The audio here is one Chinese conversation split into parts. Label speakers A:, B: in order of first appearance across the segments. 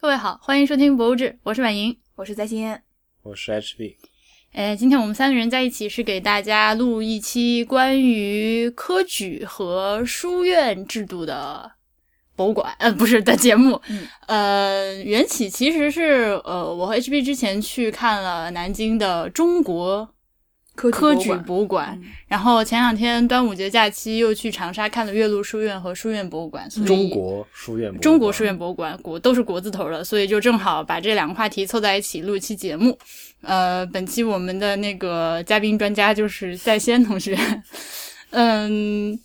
A: 各位好，欢迎收听《博物志》，我是婉莹。
B: 我是在先，
C: 我是 HB，
A: 哎，今天我们三个人在一起是给大家录一期关于科举和书院制度的博物馆，呃， 不是的节目。
B: 嗯
A: 呃，缘起其实是呃，我和 HB 之前去看了南京的中国
B: 科
A: 科举
B: 举博物馆
A: 博物馆，
C: 嗯
A: 然后前两天端午节假期又去长沙看了岳麓书院和书院博物馆，所以
C: 中国书院博物馆，
A: 中国书院博物馆，国都是国字头的，所以就正好把这两个话题凑在一起录一期节目。呃，本期我们的那个嘉宾专家就是在先同学。嗯，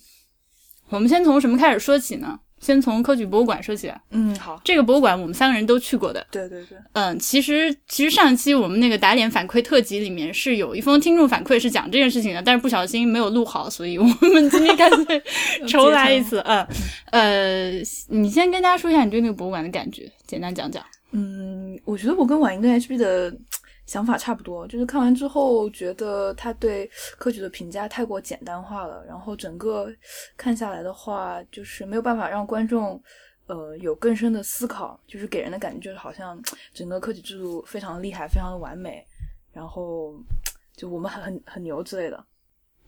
A: 我们先从什么开始说起呢？先从科举博物馆说起吧。
B: 嗯，好，
A: 这个博物馆我们三个人都去过的。
B: 对对对，
A: 嗯，其实其实上期我们那个打脸反馈特辑里面是有一封听众反馈是讲这件事情的，但是不小心没有录好，所以我们今天干 脆重来一次。嗯，呃，你先跟大家说一下你对那个博物馆的感觉，简单讲讲。
B: 嗯，我觉得我跟婉莹跟 HB 的想法差不多，就是看完之后觉得他对科举的评价太过简单化了，然后整个看下来的话，就是没有办法让观众。呃，有更深的思考，就是给人的感觉就是好像整个科举制度非常厉害，非常的完美，然后就我们很很很牛之类的，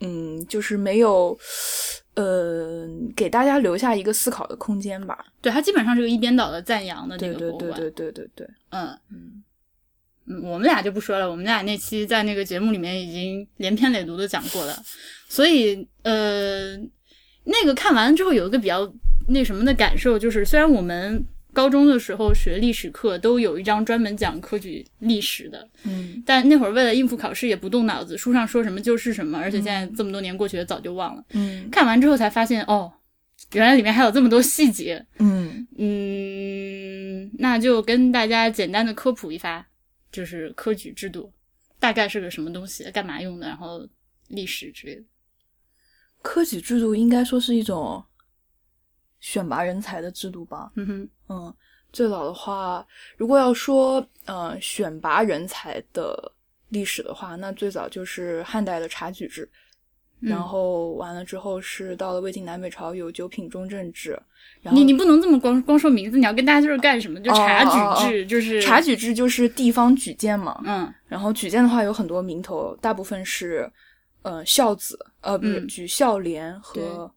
B: 嗯，就是没有，呃，给大家留下一个思考的空间吧。
A: 对，它基本上是个一边倒的赞扬的这
B: 对
A: 个
B: 对
A: 博物
B: 对
A: 馆。
B: 对对对对，
A: 嗯
B: 嗯。
A: 嗯，我们俩就不说了，我们俩那期在那个节目里面已经连篇累牍的讲过了，所以呃，那个看完之后有一个比较那什么的感受，就是虽然我们高中的时候学历史课都有一章专门讲科举历史的，
B: 嗯
A: 但那会儿为了应付考试也不动脑子，书上说什么就是什么，而且现在这么多年过去了，早就忘了。
B: 嗯
A: 看完之后才发现，哦，原来里面还有这么多细节，
B: 嗯
A: 嗯，那就跟大家简单的科普一发，就是科举制度大概是个什么东西，干嘛用的，然后历史之类的。，
B: 科举制度应该说是一种选拔人才的制度吧。
A: 嗯哼，
B: 嗯，最早的话，如果要说呃选拔人才的历史的话，那最早就是汉代的察举制，
A: 嗯
B: 然后完了之后是到了魏晋南北朝有九品中正制，然后
A: 你你不能这么光光说名字，你要跟大家就是干什么，就察举
B: 哦哦
A: 制，就是
B: 察，举制就是地方举荐嘛，
A: 嗯
B: 然后举荐的话有很多名头，大部分是呃孝子，呃不是、
A: 嗯
B: 举孝廉
A: 对
B: 和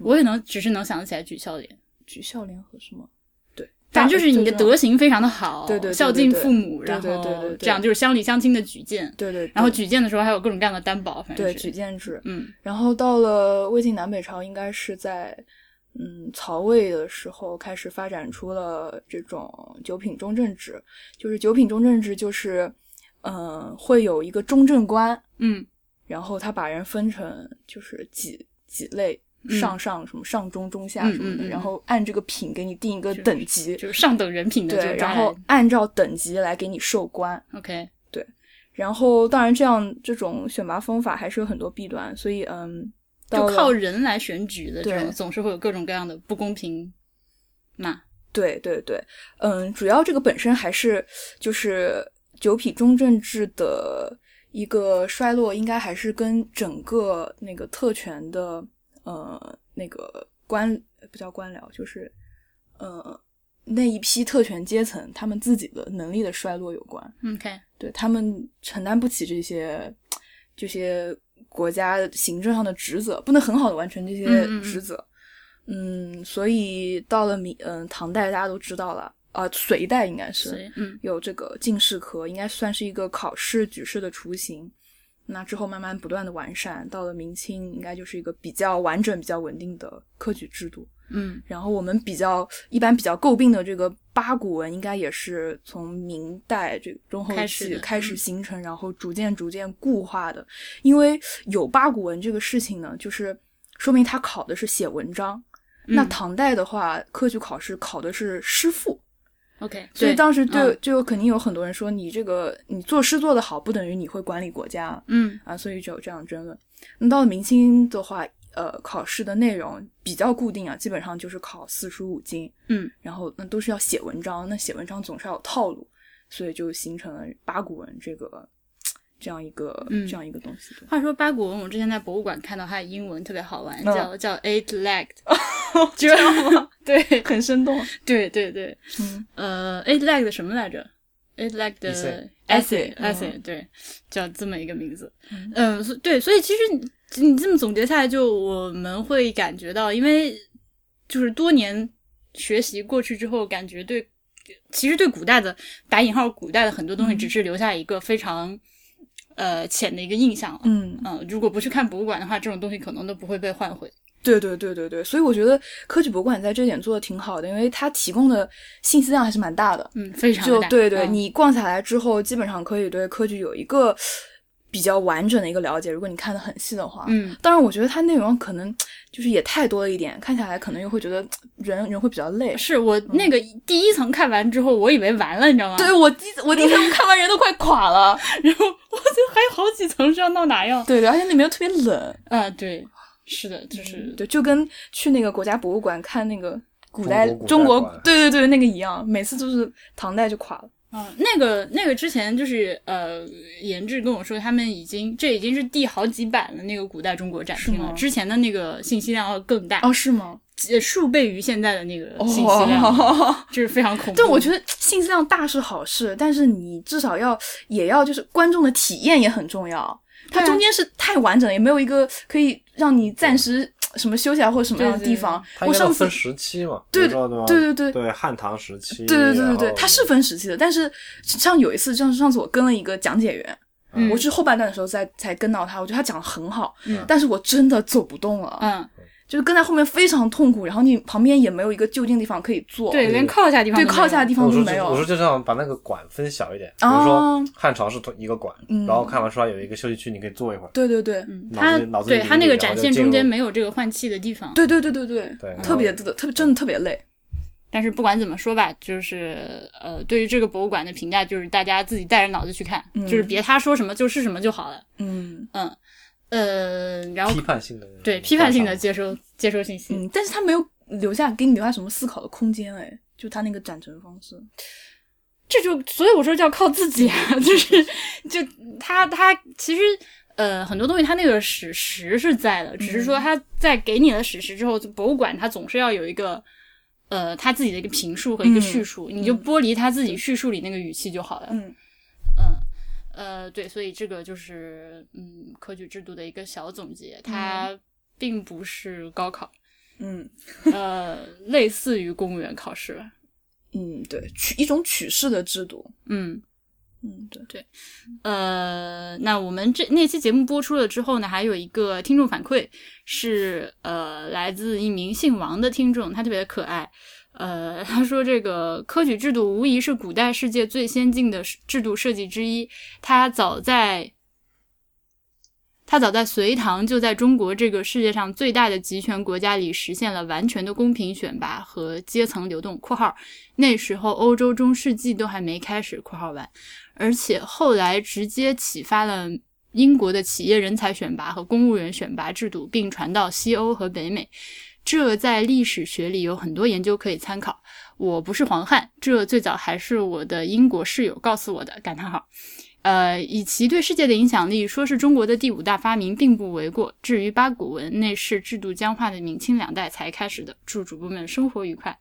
A: 我也能只是能想得起来举孝廉，
B: 举孝廉和什么。对，
A: 反正就是你的
B: 大
A: 德行非常的好，
B: 对对对对
A: 孝敬父母，
B: 对
A: 然
B: 对对对
A: 后
B: 对
A: 这样就是乡里乡亲的举荐，
B: 对对，对
A: 然后举荐的时候还有各种各样的担保，反正
B: 对
A: 是
B: 举荐制，
A: 嗯
B: 然后到了魏晋南北朝，应该是在嗯曹魏的时候开始发展出了这种九品中正制，就是九品中正制就是嗯、呃会有一个中正官，
A: 嗯
B: 然后他把人分成就是几几类。
A: 嗯
B: 上上什么上中中下
A: 嗯
B: 什么的，
A: 嗯嗯嗯
B: 然后按这个品给你定一个
A: 是
B: 等级，
A: 就是上等人品的
B: 对，
A: 就抓
B: 然后
A: 来
B: 按照等级来给你授官。
A: OK，
B: 然后，当然这样这种选拔方法还是有很多弊端，所以嗯，
A: 就
B: 到了
A: 靠人来选举的这种，
B: 对
A: 总是会有各种各样的不公平嘛。
B: 对对对，嗯，主要这个本身还是就是九品中正制的一个衰落，应该还是跟整个那个特权的呃那个官不叫官僚，就是呃那一批特权阶层他们自己的能力的衰落有关。
A: 嗯 OK，
B: 对他们承担不起这些这些国家行政上的职责，不能很好的完成这些
A: 嗯嗯嗯
B: 职责。嗯所以到了明嗯唐代大家都知道了啊、隋代应该
A: 所
B: 是
A: 以嗯
B: 有这个进士科，应该算是一个考试举试的雏形。那之后慢慢不断的完善，到了明清应该就是一个比较完整、比较稳定的科举制度。
A: 嗯
B: 然后我们比较一般比较诟病的这个八股文，应该也是从明代这个中后
A: 开始
B: 期
A: 的
B: 开
A: 嗯
B: 始形成，然后逐渐逐渐固化的。因为有八股文这个事情呢，就是说明他考的是写文章。那
A: 嗯
B: 唐代的话，科举考试考的是诗赋，
A: OK，
B: 所以当时对、
A: 嗯
B: 就肯定有很多人说，你这个你作诗做得好，不等于你会管理国家。
A: 嗯
B: 啊，所以就有这样的争论。那到了明清的话，呃，考试的内容比较固定啊，基本上就是考四书五经，
A: 嗯，
B: 然后那都是要写文章，那写文章总是要有套路，所以就形成了八股文这个这样一个、
A: 嗯
B: 这样一个东西。
A: 话说八股文，我之前在博物馆看到它的英文特别好玩，
B: 嗯哦
A: 叫叫 eight legged，知 道吗？对
B: 对很生动。
A: 对对对，
B: 嗯，
A: 呃，eight leg 的什么来着？eight leg 的
C: Essay
A: essay
B: Essay，
A: essay，
B: 嗯
A: 对，叫这么一个名字
B: 嗯。
A: 嗯，所对，所以其实你你这么总结下来，就我们会感觉到，因为就是多年学习过去之后，感觉对，其实对古代的打引号古代的很多东西，
B: 嗯
A: 只是留下一个非常呃浅的一个印象了。
B: 嗯，
A: 嗯，如果不去看博物馆的话，这种东西可能都不会被唤回。
B: 对对对对对，所以我觉得科举博物馆在这点做的挺好的，因为它提供的信息量还是蛮大的。
A: 嗯，非常
B: 就
A: 地大
B: 对对，
A: 嗯
B: 你逛下来之后，基本上可以对科举有一个比较完整的一个了解。如果你看的很细的话，
A: 嗯，
B: 当然我觉得它内容可能就是也太多了一点，看下来可能又会觉得人人会比较累。
A: 是我
B: 嗯
A: 那个第一层看完之后，我以为完了，你知道吗？
B: 对我第一次我第一次看完人都快垮了，
A: 然后我就还有好几层是要闹哪样？
B: 对对，而且里面又特别冷，嗯
A: 啊，对，是的，就是
B: 对， 就跟去那个国家博物馆看那个古代
C: 中国古
B: 中
C: 代馆
B: 对对对那个一样，每次都是唐代就垮了。
A: 啊，那个那个之前就是呃，研志跟我说他们已经这已经是第好几版的那个古代中国展厅
B: 是
A: 了，
B: 吗
A: 之前的那个信息量要更大，
B: 哦，是吗？
A: 呃数倍于现在的那个
B: 哦
A: 信息 量， 这是非常恐怖。
B: 对，我觉
A: 得
B: 得信息量大是好事，但是你至少要也要就是观众的体验也很重要。它
A: 对啊
B: 中间是太完整了，也没有一个可以让你暂时什么休息啊或者什么样的
A: 对对
B: 地方。
C: 它应
B: 我
C: 该
B: 上
C: 要
B: 次
C: 分时期嘛，
B: 对
C: 你知道的吗？
B: 对对对
C: 对，汉唐时期，
B: 对对对对
C: 然后
B: 对，它是分时期的，但是像有一次，像上次我跟了一个讲解员，
A: 嗯
B: 我是后半段的时候才才跟到他，我觉得他讲的很好，
A: 嗯
B: 但是我真的走不动了，
A: 嗯，
B: 就是跟在后面非常痛苦，然后你旁边也没有一个就近地方可以坐，
A: 对，
C: 对
A: 连靠下地方
B: 对，
A: 都没
B: 靠下的
A: 有
B: 地方
C: 我
B: 都
C: 说
B: 没
C: 就
B: 有啊
C: 我说。就这样把那个馆分小一点，比
B: 哦
C: 如说汉朝是同一个馆，
B: 嗯
C: 然后看完书还有一个休息区，你可以坐一会儿。
B: 对对对，
A: 嗯，
C: 脑
A: 它
C: 子里脑子
A: 对
C: 里
A: 它
C: 面
A: 那
C: 有
A: 个
C: 一条
A: 展
C: 就
A: 现
C: 进
A: 中
C: 入
A: 间没有这个换气的地方。
B: 对对对对对，
C: 对
B: 特别的特别真的特别累。
A: 但是不管怎么说吧，就是呃，对于这个博物馆的评价，就是大家自己带着脑子去看，
B: 嗯
A: 就是别他说什么就是什么就好了。
B: 嗯
A: 嗯，呃，然后
C: 批判性的
A: 对批判性的
C: 观
A: 接收接收信息，
B: 嗯，但是他没有留下给你留下什么思考的空间哎，就他那个展陈方式。
A: 这就所以我说叫靠自己啊， 就是就他他其实呃很多东西他那个史实是在的，只是
B: 嗯
A: 说他在给你了史实之后，就博物馆它总是要有一个。呃，他自己的一个评述和一个
B: 嗯
A: 叙述，你就剥离他自己叙述里那个语气就好了。
B: 嗯
A: 嗯，呃，对，所以这个就是嗯科举制度的一个小总结，它并不是高考，
B: 嗯
A: 呃，类似于公务员考试吧。
B: 嗯，对，取一种取士的制度。
A: 嗯，
B: 嗯，对，
A: 呃，那我们这那期节目播出了之后呢，还有一个听众反馈是呃，来自一名姓王的听众，他特别可爱。呃，他说这个科举制度无疑是古代世界最先进的制度设计之一，它早在它早在隋唐就在中国这个世界上最大的集权国家里实现了完全的公平选拔和阶层流动（括号那时候欧洲中世纪都还没开始）（括号完），而且后来直接启发了英国的企业人才选拔和公务员选拔制度，并传到西欧和北美。这在历史学里有很多研究可以参考。我不是黄汉，这最早还是我的英国室友告诉我的。感叹号。呃，以其对世界的影响力，说是中国的第五大发明，并不为过。至于八股文，那是制度僵化的明清两代才开始的。祝主播们生活愉快。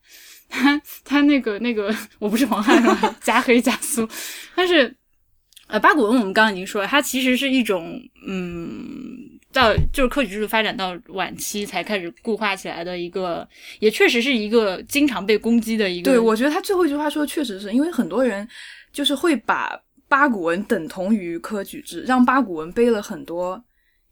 A: 他他那个那个，我不是黄汉是吧 加黑加苏，但是呃，八股文我们刚刚已经说了，它其实是一种嗯，到就是科举制度发展到晚期才开始固化起来的一个，也确实是一个经常被攻击的一个。
B: 对我觉得他最后一句话说的确实是因为很多人就是会把八股文等同于科举制，让八股文背了很多，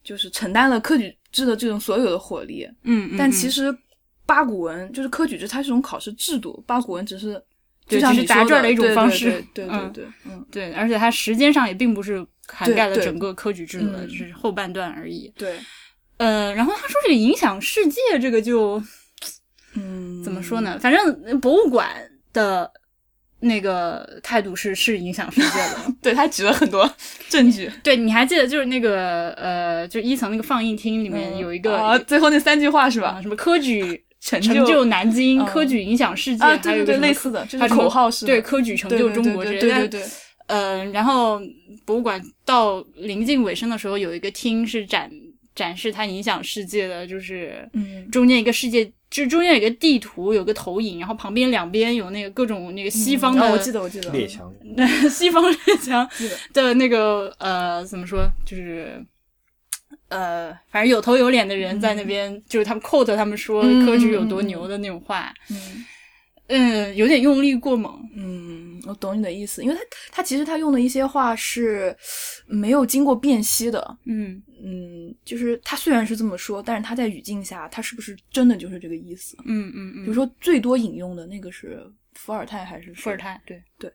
B: 就是承担了科举制的这种所有的火力。
A: 嗯，嗯
B: 但其
A: 嗯
B: 实八股文就是科举制，它是一种考试制度，八股文只是
A: 对
B: 就像
A: 只是
B: 你说
A: 答卷的一种
B: 对对
A: 方式
B: 对对
A: 嗯
B: 对对，嗯，
A: 对，而且它时间上也并不是涵盖了
B: 对对
A: 整个科举制度的，
B: 嗯
A: 只是后半段而已。
B: 对，嗯
A: 呃，然后他说这个影响世界，这个就
B: 嗯，
A: 怎么说？呢？反正博物馆的那个态度是是影响世界的。
B: 对他举了很多证据，
A: 对，你还记得就是那个呃，就一层那个放映厅里面有一个、
B: 啊，最后那三句话是
A: 啊
B: 吧？
A: 什么科举
B: 成
A: 成
B: 就
A: 就南京，
B: 嗯
A: 科举影响世界，
B: 啊，
A: 还有
B: 对
A: 一个什
B: 对对，
A: 么
B: 类似的，就
A: 还
B: 是
A: 有什么
B: 口号式的，
A: 对科举成就中国之类
B: 对对
A: 的。
B: 对
A: 但
B: 对对对，
A: 呃，然后博物馆到临近尾声的时候，有一个厅是展展示它影响世界的，就是
B: 嗯
A: 中间一个世界，就中间有一个地图，有个投影，然后旁边两边有那个各种那个西方的，
B: 哦我记得我记得
C: 列强
A: 西方列强
B: 记得
A: 的那个呃，怎么说，就是呃，反正有头有脸的人在那边，就是他们 quote 他们说
B: 嗯
A: 科举有多牛的那种话，
B: 嗯
A: 嗯，有点用力过猛，
B: 嗯，我懂你的意思，因为他他其实他用的一些话是没有经过辨析的，
A: 嗯
B: 嗯，就是他虽然是这么说，但是他在语境下，他是不是真的就是这个意思？
A: 嗯嗯嗯，
B: 比如说最多引用的那个是伏尔泰还是谁
A: 伏尔？泰，对，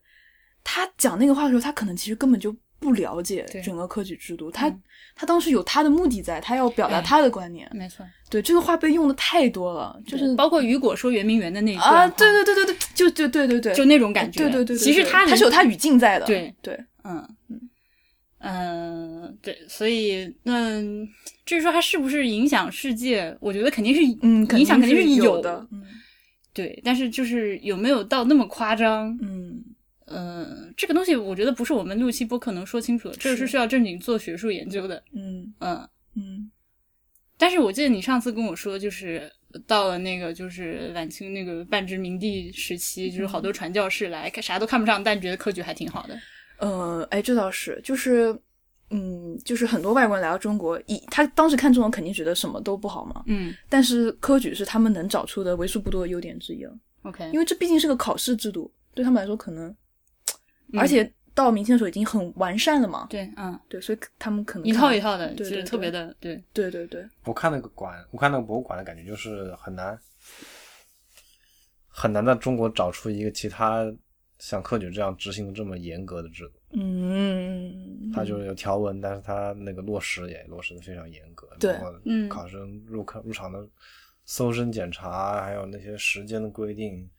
B: 他讲那个话的时候，他可能其实根本就不了解
A: 对
B: 整个科举制度，他、
A: 嗯
B: 他当时有他的目的在，他要表达
A: 哎
B: 他的观念。
A: 没错，
B: 对，这个话被用的太多了，就是
A: 包括雨果说圆明园的那一段话
B: 啊，对对对对对，就就对对对，
A: 就那种感觉，
B: 对对对对，
A: 其实
B: 对
A: 他
B: 他是有他语境在的，
A: 对
B: 对，
A: 嗯，嗯，对，所以嗯，至于说它是不是影响世界，我觉得肯定是，
B: 嗯，
A: 影响肯定
B: 是
A: 有
B: 的，，嗯
A: 对，但是就是有没有到那么夸张，
B: 嗯
A: 嗯，这个东西我觉得不是我们六期播客能说清楚的，这个是
B: 是
A: 需要正经做学术研究的，
B: 嗯
A: 嗯，
B: 嗯
A: 但是我记得你上次跟我说，就是到了那个就是晚清那个半殖民地时期，就是
B: 嗯
A: 好多传教士来，看啥都看不上，但觉得科举还挺好的，
B: 呃，哎，这倒是，就是。嗯，就是很多外国人来到中国，以他当时看中国肯定觉得什么都不好嘛，
A: 嗯
B: 但是科举是他们能找出的为数不多的优点之一了。啊
A: ，OK，
B: 因为这毕竟是个考试制度，对他们来说可能，
A: 嗯
B: 而且到明清的时候已经很完善了嘛，
A: 对，嗯，
B: 对，所以他们可能
A: 一套一，套的，就
B: 对
A: 是
B: 对
A: 特别
B: 对
A: 的，对，
B: 对对对，
C: 我看那个馆，我看那个博物馆的感觉就是很难，很难在中国找出一个其他像科举这样执行的这么严格的制度。
B: 嗯，
C: 它就是有条文，但是它那个落实也落实的非常严格，
B: 对
C: 包括
A: 嗯
C: 考生入科入场的搜身检查，还有那些时间的规定，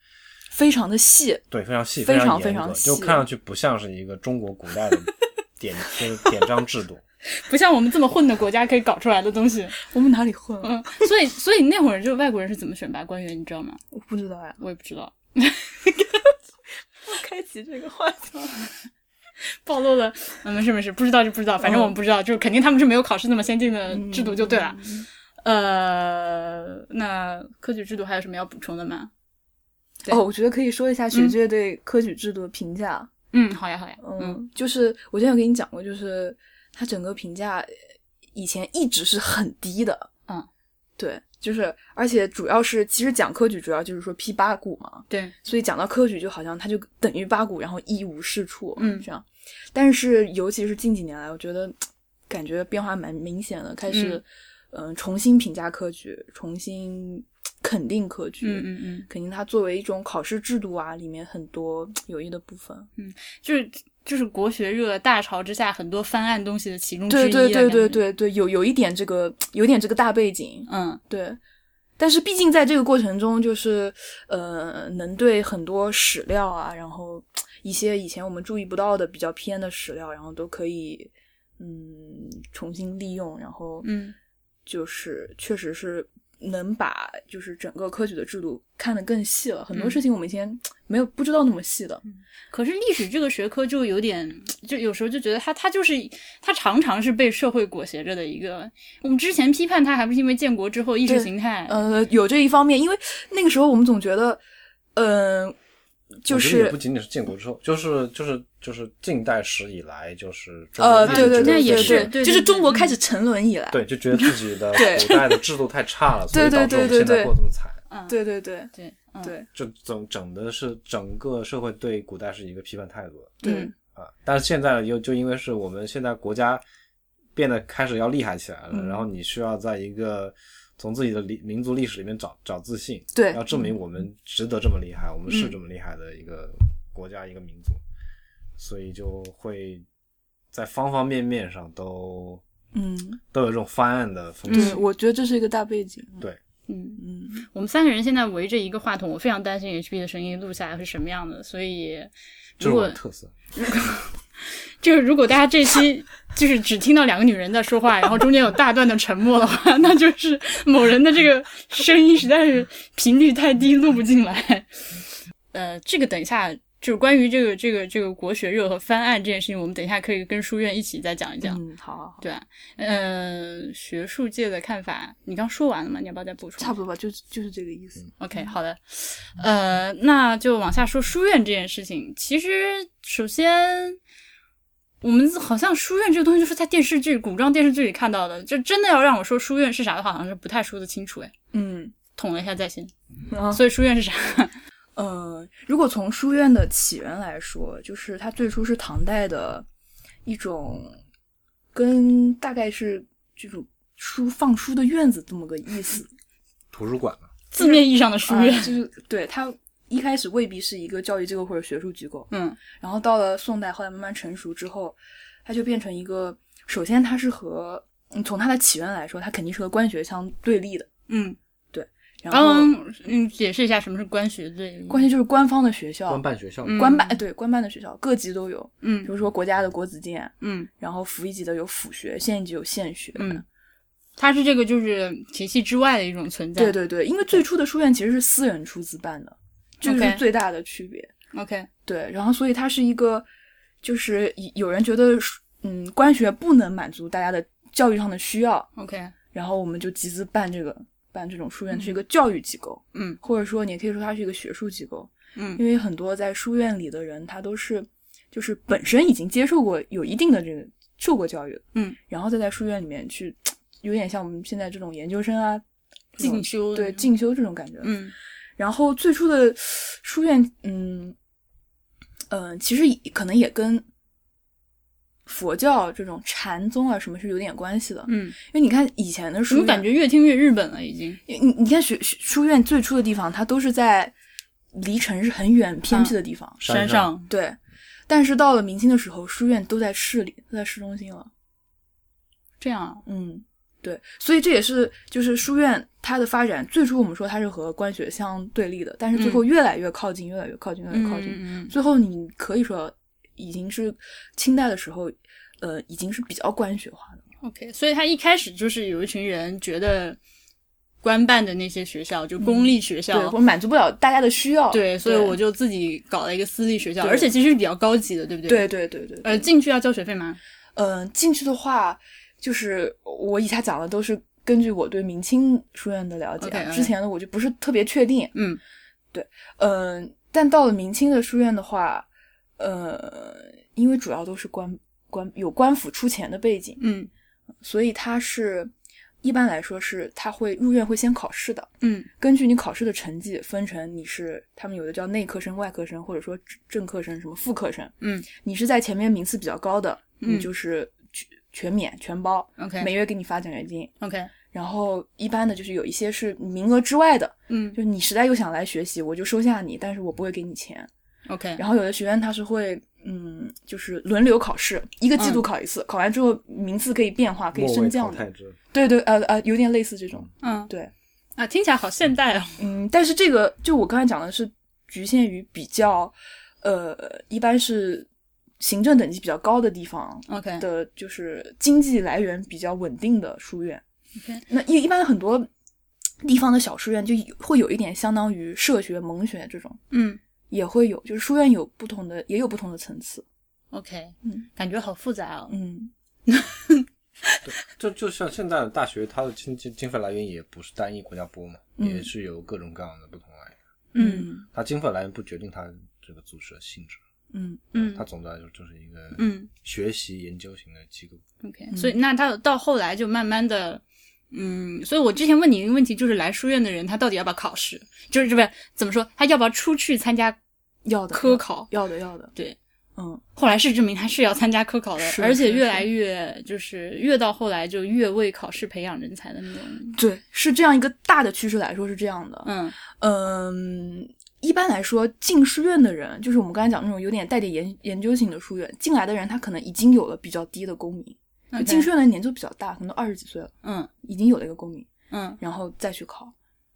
B: 非常的细，
C: 对，非常细，
B: 非常
C: 严格
B: 非常细
C: 就看上去不像是一个中国古代的 典就是典章制度。
A: 不像我们这么混的国家可以搞出来的东西。
B: 我们哪里混啊了？
A: 嗯，所以所以那会儿就外国人是怎么选拔官员，你知道吗？
B: 我不知道呀，
A: 我也不知道，
B: 不开启这个话题，
A: 暴露了。嗯，没事没事，不知道就不知道，反正我们不知道，就是肯定他们是没有考试那么先进的制度就对了。呃，那科举制度还有什么要补充的吗？对
B: 哦，我觉得可以说一下学界对科举制度的评价。
A: 嗯，好呀好呀，
B: 嗯，
A: 嗯
B: 就是我之前有跟你讲过，就是它整个评价呃以前一直是很低的。
A: 嗯，
B: 对，就是而且主要是其实讲科举主要就是说批八股嘛，
A: 对，
B: 所以讲到科举，就好像它就等于八股，然后一无是处，
A: 嗯
B: 这样。但是尤其是近几年来，我觉得感觉变化蛮明显的，开始嗯、呃重新评价科举，重新肯定科举，
A: 嗯嗯嗯，
B: 肯定它作为一种考试制度啊，里面很多有益的部分。
A: 就是就是国学热大潮之下很多翻案东西的其中之一的
B: 对对对对
A: 感觉，
B: 对对，有有一点这个有点这个大背景，
A: 嗯
B: 对。但是毕竟在这个过程中，就是呃，能对很多史料啊，然后一些以前我们注意不到的比较偏的史料，然后都可以嗯重新利用，然后
A: 嗯
B: 就是确实是能把就是整个科举的制度看得更细了，很多
A: 嗯
B: 事情我们以前没有不知道那么细的，
A: 可是历史这个学科就有点，就有时候就觉得它它就是它常常是被社会裹挟着的一个。我们之前批判它，还不是因为建国之后意识
B: 对
A: 形态，
B: 呃，有这一方面，因为那个时候我们总觉得，嗯、就
C: 我觉得
B: 是
C: 也不仅仅是建国之后，就是就是就是近代史以来，就是中国
B: 呃，
C: 一直
B: 对对
C: 觉得
A: 那
B: 对，
A: 也
B: 对
C: 自己
A: 是
B: 对
A: 对
B: 就
A: 对
B: 是
A: 对
B: 中国
A: 嗯
B: 开始沉沦以来，
C: 对，就觉得自己的
B: 对
C: 古代的制度太差 了，所以
B: 对
C: 导致我
B: 对对
C: 们现在
B: 对
C: 过得这么惨。
A: 嗯，
B: 对对对
A: 对嗯
B: 对
C: 就整整的是整个社会对古代是一个批判态度的
B: 对
A: 嗯
C: 啊，但是现在又就因为是我们现在国家变得开始要厉害起来了，
B: 嗯
C: 然后你需要在一个从自己的历民族历史里面找找自信，
B: 对嗯
C: 要证明我们值得这么厉害，我们是
A: 嗯
C: 这么厉害的一个国家、一个民族，所以就会在方方面面上都
B: 嗯，
C: 都有这种翻案的风气
B: 对，，我觉得这是一个大背景，
C: 对，
A: 嗯，
B: 嗯，
A: 我们三个人现在围着一个话筒，我非常担心 HB 的声音录下来会什么样的，所以
C: 这
A: 如
C: 是我
A: 果
C: 的特色。
A: 就是如果大家这期就是只听到两个女人在说话，然后中间有大段的沉默的话， 那就是某人的这个声音实在是频率太低，录不进来。呃，这个等一下就是关于这个这个这个国学热和翻案这件事情，我们等一下可以跟书院一起再讲一讲。
B: 嗯，好好好，
A: 对啊，呃，学术界的看法，你刚说完了吗？你要不要再补充？
B: 差不多吧，就就是这个意思。
A: OK，好的，呃，那就往下说书院这件事情。其实，首先，我们好像书院这个东西就是在电视剧、古装电视剧里看到的，就真的要让我说书院是啥的话，好像是不太说得清楚。哎，
B: 嗯，
A: 捅了一下在先，
B: 啊，
A: 所以书院是啥？
B: 呃，如果从书院的起源来说，就是它最初是唐代的一种，跟大概是这种书放书的院子这么个意 思。
C: 图书馆嘛，
A: 字面意义上的书院
B: 啊。就是对它一开始未必是一个教育机构或者学术机构，
A: 嗯
B: 然后到了宋代，后来慢慢成熟之后，它就变成一个，首先它是和嗯从它的起源来说，它肯定是和官学相对立的，
A: 嗯，
B: 然后、
A: 嗯嗯，解释一下什么是官学对
B: 关系就是官方的学校，
C: 官办学校，
A: 嗯
B: 官办哎对官办的学校各级都有，比
A: 嗯
B: 如说国家的国子监，
A: 嗯
B: 然后府一级的有府学，县一级有县学。
A: 嗯，它是这个就是体系之外的一种存在。
B: 对对对，因为最初的书院其实是私人出资办的，这个
A: OK
B: 是最大的区别。
A: ，OK，
B: 对，然后所以它是一个，就是以有人觉得书，嗯，官学不能满足大家的教育上的需要，
A: OK，
B: 然后我们就集资办这个办这种书院，
A: 嗯
B: 是一个教育机构，
A: 嗯
B: 或者说你也可以说它是一个学术机构，
A: 嗯
B: 因为很多在书院里的人，他都是就是本身已经接受过有一定的这个受过教育的，
A: 嗯，
B: 然后再在书院里面去，有点像我们现在这种研究生啊，这种
A: 进修
B: 对进修这种感觉，
A: 嗯
B: 然后最初的书院，嗯嗯、呃其实也可能也跟佛教这种禅宗啊什么是有点关系的，
A: 嗯。
B: 因为你看以前的书
A: 怎么
B: 院，
A: 感觉越听越日本了？已经
B: 你你你看学学书院最初的地方，它都是在离城市很远偏僻的地方，
A: 山
C: 山上
B: 对。但是到了明清的时候，书院都在市里，都在市中心了。
A: 这样啊，
B: 嗯，对，所以这也是就是书院它的发展，最初我们说它是和官学相对立的，但是最后越来越靠近，越来越靠近，越来越靠近。
A: 嗯
B: 最后你可以说已经是清代的时候，呃，已经是比较官学化的。
A: ，OK。所以他一开始就是有一群人觉得官办的那些学校，就公立学
B: 对，
A: 校，
B: 我满足不了大家的需要。
A: 对，所以我
B: 就
A: 就自己搞了一个私立学校，
B: 对
A: 而且其实是比较高级的，对不对？
B: 对对对对，
A: 呃，
B: 呃，
A: 进去要交学费吗？
B: 呃，进去的话，就是我以下讲的都是根据我对明清书院的了解啊
A: OK，OK
B: 之前的我就不是特别确定。
A: 嗯
B: 嗯、但到了明清的书院的话，呃，因为主要都是官官有官府出钱的背景，
A: 嗯
B: 所以它是一般来说是它会入院会先考试的。
A: 嗯
B: 根据你考试的成绩分成，你是他们有的叫内科生、外科生，或者说正科生、什么副科生。
A: 嗯，
B: 你是在前面名次比较高的，
A: 嗯
B: 你就是全全免全包，每
A: ，OK
B: 月给你发奖学金。
A: OK，
B: 然后一般的就是有一些是名额之外的，
A: 嗯
B: 就是你实在又想来学习，我就收下你，但是我不会给你钱。
A: OK，
B: 然后有的学院它是会，嗯，就是轮流考试，一个季度考一次，考完之后名次可以变化，可以
C: 末
B: 升
C: 位
B: 降
C: 淘
B: 的。
C: 汰制，
B: 对对，呃呃，有点类似这种。
A: 嗯
B: 对，
A: 啊，听起来好现代哦。
B: 嗯，但是这个就我刚才讲的是局限于比较，呃，一般是行政等级比较高的地方
A: OK，
B: 的，就是经济来源比较稳定的书院。
A: OK
B: 那一一般很多地方的小书院就有会有一点相当于社学、盟学这种，
A: 嗯
B: 也会有，就是书院有不同的，也有不同的层次。
A: OK，
B: 嗯
A: 感觉好复杂哦。
B: 嗯，
C: 就就像现在的大学，它的经经经费来源也不是单一国家拨嘛，
B: 嗯
C: 也是有各种各样的不同来源。
A: 嗯
C: 它经费来源不决定它这个组织的性质，
B: 嗯
A: 嗯
C: 它总的来说就是一个
A: 嗯
C: 学习研究型的机构。
A: OK，、
B: 嗯
A: 所以那他到后来就慢慢的，嗯，所以我之前问你一个问题，就是来书院的人他到底要不要考试，就是这不是怎么说，他要不要出去参加
B: 要的
A: 科考？
B: 要的要的，
A: 对，
B: 嗯
A: 后来是证明他是要参加科考的，
B: 是
A: 而且
B: 是
A: 越来
B: 是
A: 越就是越到后来就越为考试培养人才的那种，
B: 对，是这样一个大的趋势来说是这样的。
A: 嗯
B: 嗯，一般来说，进书院的人，就是我们刚才讲那种有点带点研研究型的书院进来的人，他可能已经有了比较低的功名。
A: ，OK，
B: 进书院的年纪都比较大，可能都二十几岁了，
A: 嗯
B: 已经有了一个功名，
A: 嗯
B: 然后再去考。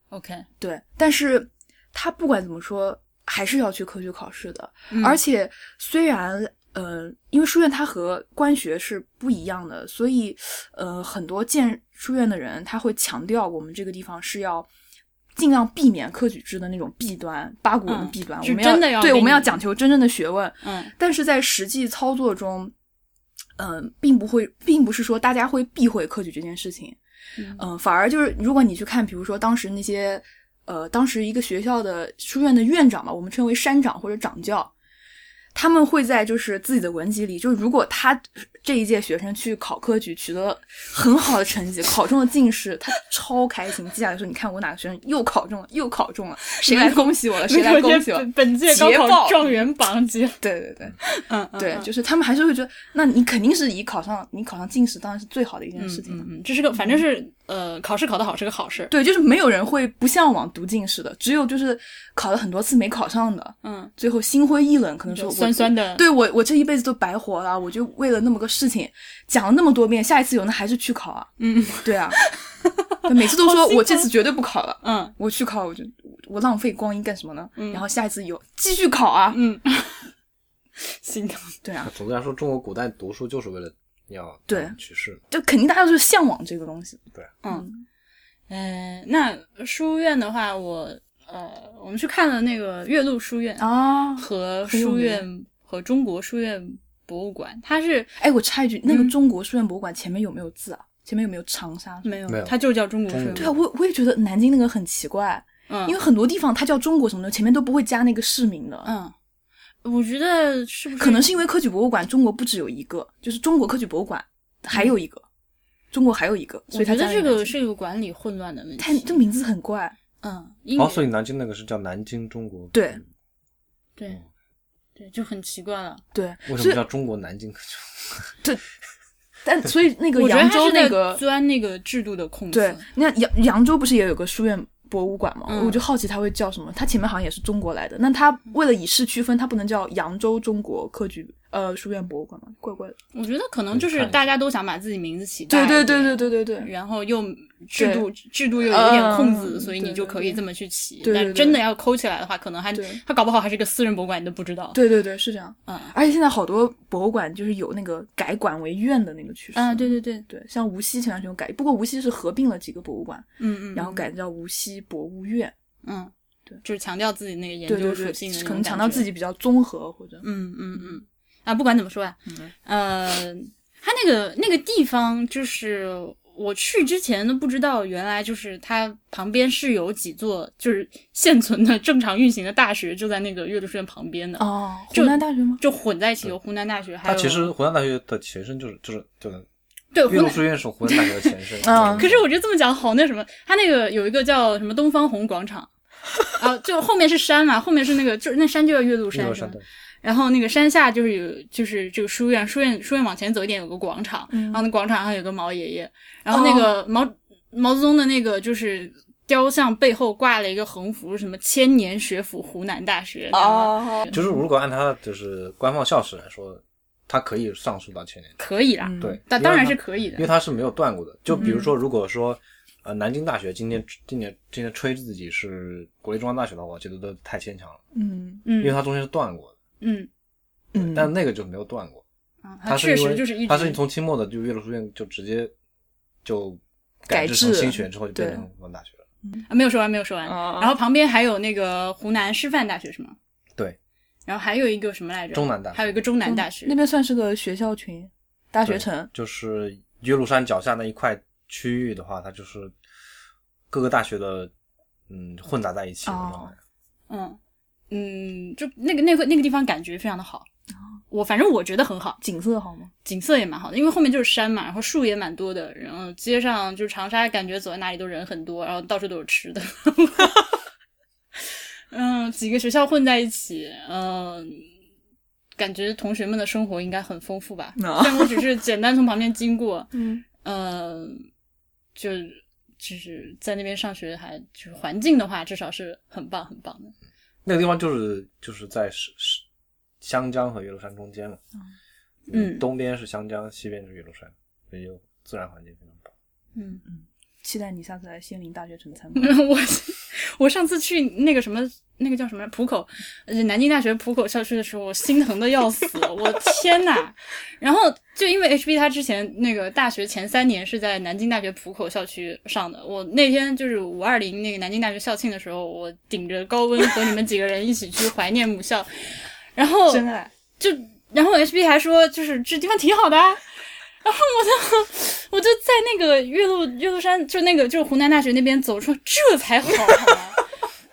A: ，OK，
B: 对，但是他不管怎么说，还是要去科举考试的。
A: 嗯
B: 而且虽然。呃，因为书院它和官学是不一样的，所以，呃，很多建书院的人他会强调我们这个地方是要尽量避免科举制的那种弊端，八股文的
A: 嗯
B: 弊端。
A: 是
B: 我们
A: 真的要
B: 对，
A: 给
B: 我们要
A: 你
B: 讲求真正的学问。
A: 嗯
B: 但是在实际操作中，嗯、并不会，并不是说大家会避讳科举这件事情，
A: 嗯
B: 嗯、反而就是如果你去看，比如说当时那些，呃，当时一个学校的书院的院长嘛，我们称为山长或者掌教，他们会在就是自己的文集里，就是如果他这一届学生去考科举取得了很好的成绩，考中了进士，他超开心，接下来说，你看我哪个学生又考中了，又考中了，谁来恭喜我了，谁来恭喜我了
A: 本？本届高
B: 捷
A: 考
B: 报
A: 状元榜结，
B: 对对对。
A: 嗯，嗯
B: 对，
A: 嗯
B: 就是他们还是会觉得，那你肯定是以考上你考上进士当然是最好的一件事
A: 嗯
B: 情了。
A: 嗯嗯，这是个，反正是呃，考试考得好是个好事。
B: 对，就是没有人会不向往读进士的，只有就是考了很多次没考上的，
A: 嗯，
B: 最后心灰意冷，可能
A: 就
B: 说我
A: 酸酸的
B: 对我我这一辈子都白活了，我就为了那么个事情讲了那么多遍，下一次有那还是去考啊？
A: 嗯
B: 对啊，每次都说
A: 好心
B: 我这次绝对不考了，
A: 嗯
B: 我去考我就我浪费光阴干什么呢？
A: 嗯
B: 然后下一次有继续考啊？
A: 嗯，心疼。
B: 对啊，
C: 总的来说，中国古代读书就是为了要
B: 对
C: 当取士。
B: 就肯定大家都是向往这个东西。
A: 嗯，呃，那书院的话，我呃，我们去看了那个岳麓书院
B: 啊
A: 和
B: 很有
A: 书
B: 名
A: 院和中国书院博物馆，它是
B: 哎，我插一句，那个
A: 嗯
B: 中国书院博物馆前面有没有字啊？前面有没有长沙？
A: 没有
C: 没，有
A: 它就叫中国
C: 中
A: 书院
C: 国
B: 对
A: 博
B: 啊，
A: 物馆。
B: 我我也觉得南京那个很奇怪，
A: 嗯，
B: 啊因为很多地方它叫中国什么的，前面都不会加那个市名的。
A: 嗯，我觉得是不是
B: 可能是因为科举博物馆中国不只有一个，就是中国科举博物馆还有一个，中国还有一个，
A: 嗯
B: 所
A: 我
B: 以它
A: 觉
B: 加
A: 得
B: 了
A: 这
B: 南
A: 个
B: 京
A: 是一个管理混乱的问
B: 它
A: 题。
B: 这名字很怪。
A: 嗯，英
C: 哦，
A: 语
C: 所以南京那个是叫南京中国。
B: 对
A: 对对就很奇怪了。
B: 对，
C: 为什
B: 所
C: 么
B: 以
C: 叫中国南京？
B: 但所以那个
A: 我觉得
B: 扬
A: 他
B: 州
A: 是在
B: 那个
A: 钻那个制度的空子。
B: 对，那扬扬州不是也有个书院博物馆吗？
A: 嗯
B: 我就好奇它会叫什么。它前面好像也是中国来的，那它为了以市区分，它不能叫扬州中国科举呃书院博物馆吗？怪怪的。
A: 我觉得可能就是大家都想把自己名字起大
B: 对
A: 一
B: 对
A: 点
B: 对对，对对对。
A: 然后又制度制度又有一点空子，
B: 嗯
A: 所以你就可以这么去起。
B: 对对对
A: 但真的要抠起来的话，可能还
B: 对
A: 他搞不好还是个私人博物馆，你都不知道。
B: 对对对，是这样。
A: 嗯
B: 而且现在好多博物馆就是有那个改馆为院的那嗯个趋势。
A: 啊，对对对，
B: 对，像无锡前段时间有改，不过无锡是合并了几个博物馆，
A: 嗯嗯，
B: 然后改叫无锡博物院。
A: 嗯，
B: 对
A: 就是强调自己那个研
B: 对对
A: 究属性的
B: 对，
A: 那种
B: 可能强调
A: 感觉
B: 自己比较综合或者
A: 嗯嗯嗯，啊，不管怎么说啊，
B: 嗯
A: 呃，它那个那个地方，就是我去之前都不知道，原来就是它旁边是有几座就是现存的正常运行的大学，就在那个岳麓书院旁边的，
B: 哦，
A: 嗯
B: 湖
A: 就
B: 南大学吗？
A: 就混在一起，有湖南大学，还
C: 它
A: 有
C: 其实湖南大学的前身就是就是就是
A: 对
C: 岳
A: 湖
C: 麓
A: 南。
C: 书院是湖南大学的前 身。
B: 嗯
A: 可是我觉得这么讲好那什么，它那个有一个叫什么东方红广场。啊，就后面是山嘛，后面是那个，就是那山就叫岳麓
C: 岳麓
A: 山，是
C: 山
A: 吗
C: 对
A: 然后那个山下就是有，就是这个书院，书院书院往前走一点有个广场，
B: 嗯
A: 然后那广场上有个毛爷爷，然后那
C: 哦
A: 个毛、毛泽东的那个就是雕像背后挂了一个横幅，什么“千年学府湖南大学”，
B: 哦，
C: 就是如果按它就是官方校史来说，它可以上溯到前年。
A: 可以啦，
B: 嗯
C: 对，
A: 但
C: 因为
A: 当然是嗯
C: 它
A: 可以
C: 因为
A: 的。
C: 它是没有断过的。就比如说，如果说呃南京大学今天今年今天吹自己是国立中央大学的话，我觉得都太牵强了，
B: 嗯
C: 因为
A: 嗯
C: 它中间是断过的，
A: 嗯，
B: 嗯，
C: 但那个就没有断过。
A: 啊
C: 它
A: 确
C: 是因
A: 实
C: 为
A: 就是一
C: 它是
A: 直
C: 从清末的就岳麓书院就直接就
B: 改
C: 改制成
B: 制
C: 新学之后就变
B: 对
C: 成湖南大学了。
A: 啊没有说完，没有说完。
B: 哦
A: 然后旁边还有那个湖南师范大学是吗？
C: 对，
A: 然后还有一个什么来着？
C: 中南大学
A: 还有一个中南大学。
B: 那边算是个学校群，大学城。
C: 就是岳麓山脚下那一块区域的话，它就是各个大学的嗯混杂在一起的
B: 哦
C: 状态。
A: 嗯，嗯，就那个那个那个地方感觉非常的好。我反正我觉得很好，
B: 景色好吗？
A: 景色也蛮好的，因为后面就是山嘛，然后树也蛮多的，然后街上就是长沙，感觉走在哪里都人很多，然后到处都有吃的。 嗯，几个学校混在一起，嗯，感觉同学们的生活应该很丰 富吧。
B: 啊
A: 虽然我只是简单从旁边经过，
B: 嗯，
A: 嗯，就就是在那边上学还，就是环境的话，至少是很棒很棒的。
C: 那个地方就是就是在是是湘江和岳麓山中间嘛，
A: 嗯
C: 东边是湘江，西边是岳麓山，所以就自然环境非常棒。
A: 嗯，
B: 嗯期待你下次来仙林大学城参观。
A: 我 我上次去那个什么。那个叫什么浦口，呃南京大学浦口校区的时候，我心疼的要死，我天呐！然后就因为 HB 他之前那个大学前三年是在南京大学浦口校区上的，我那天就是五二零那个南京大学校庆的时候，我顶着高温和你们几个人一起去怀念母校，然后
B: 真爱。
A: 就然后 HB 还说就是这地方挺好的、啊，然后我就我就在那个岳麓岳麓山，就那个就是湖南大学那边走出，这才好好吗？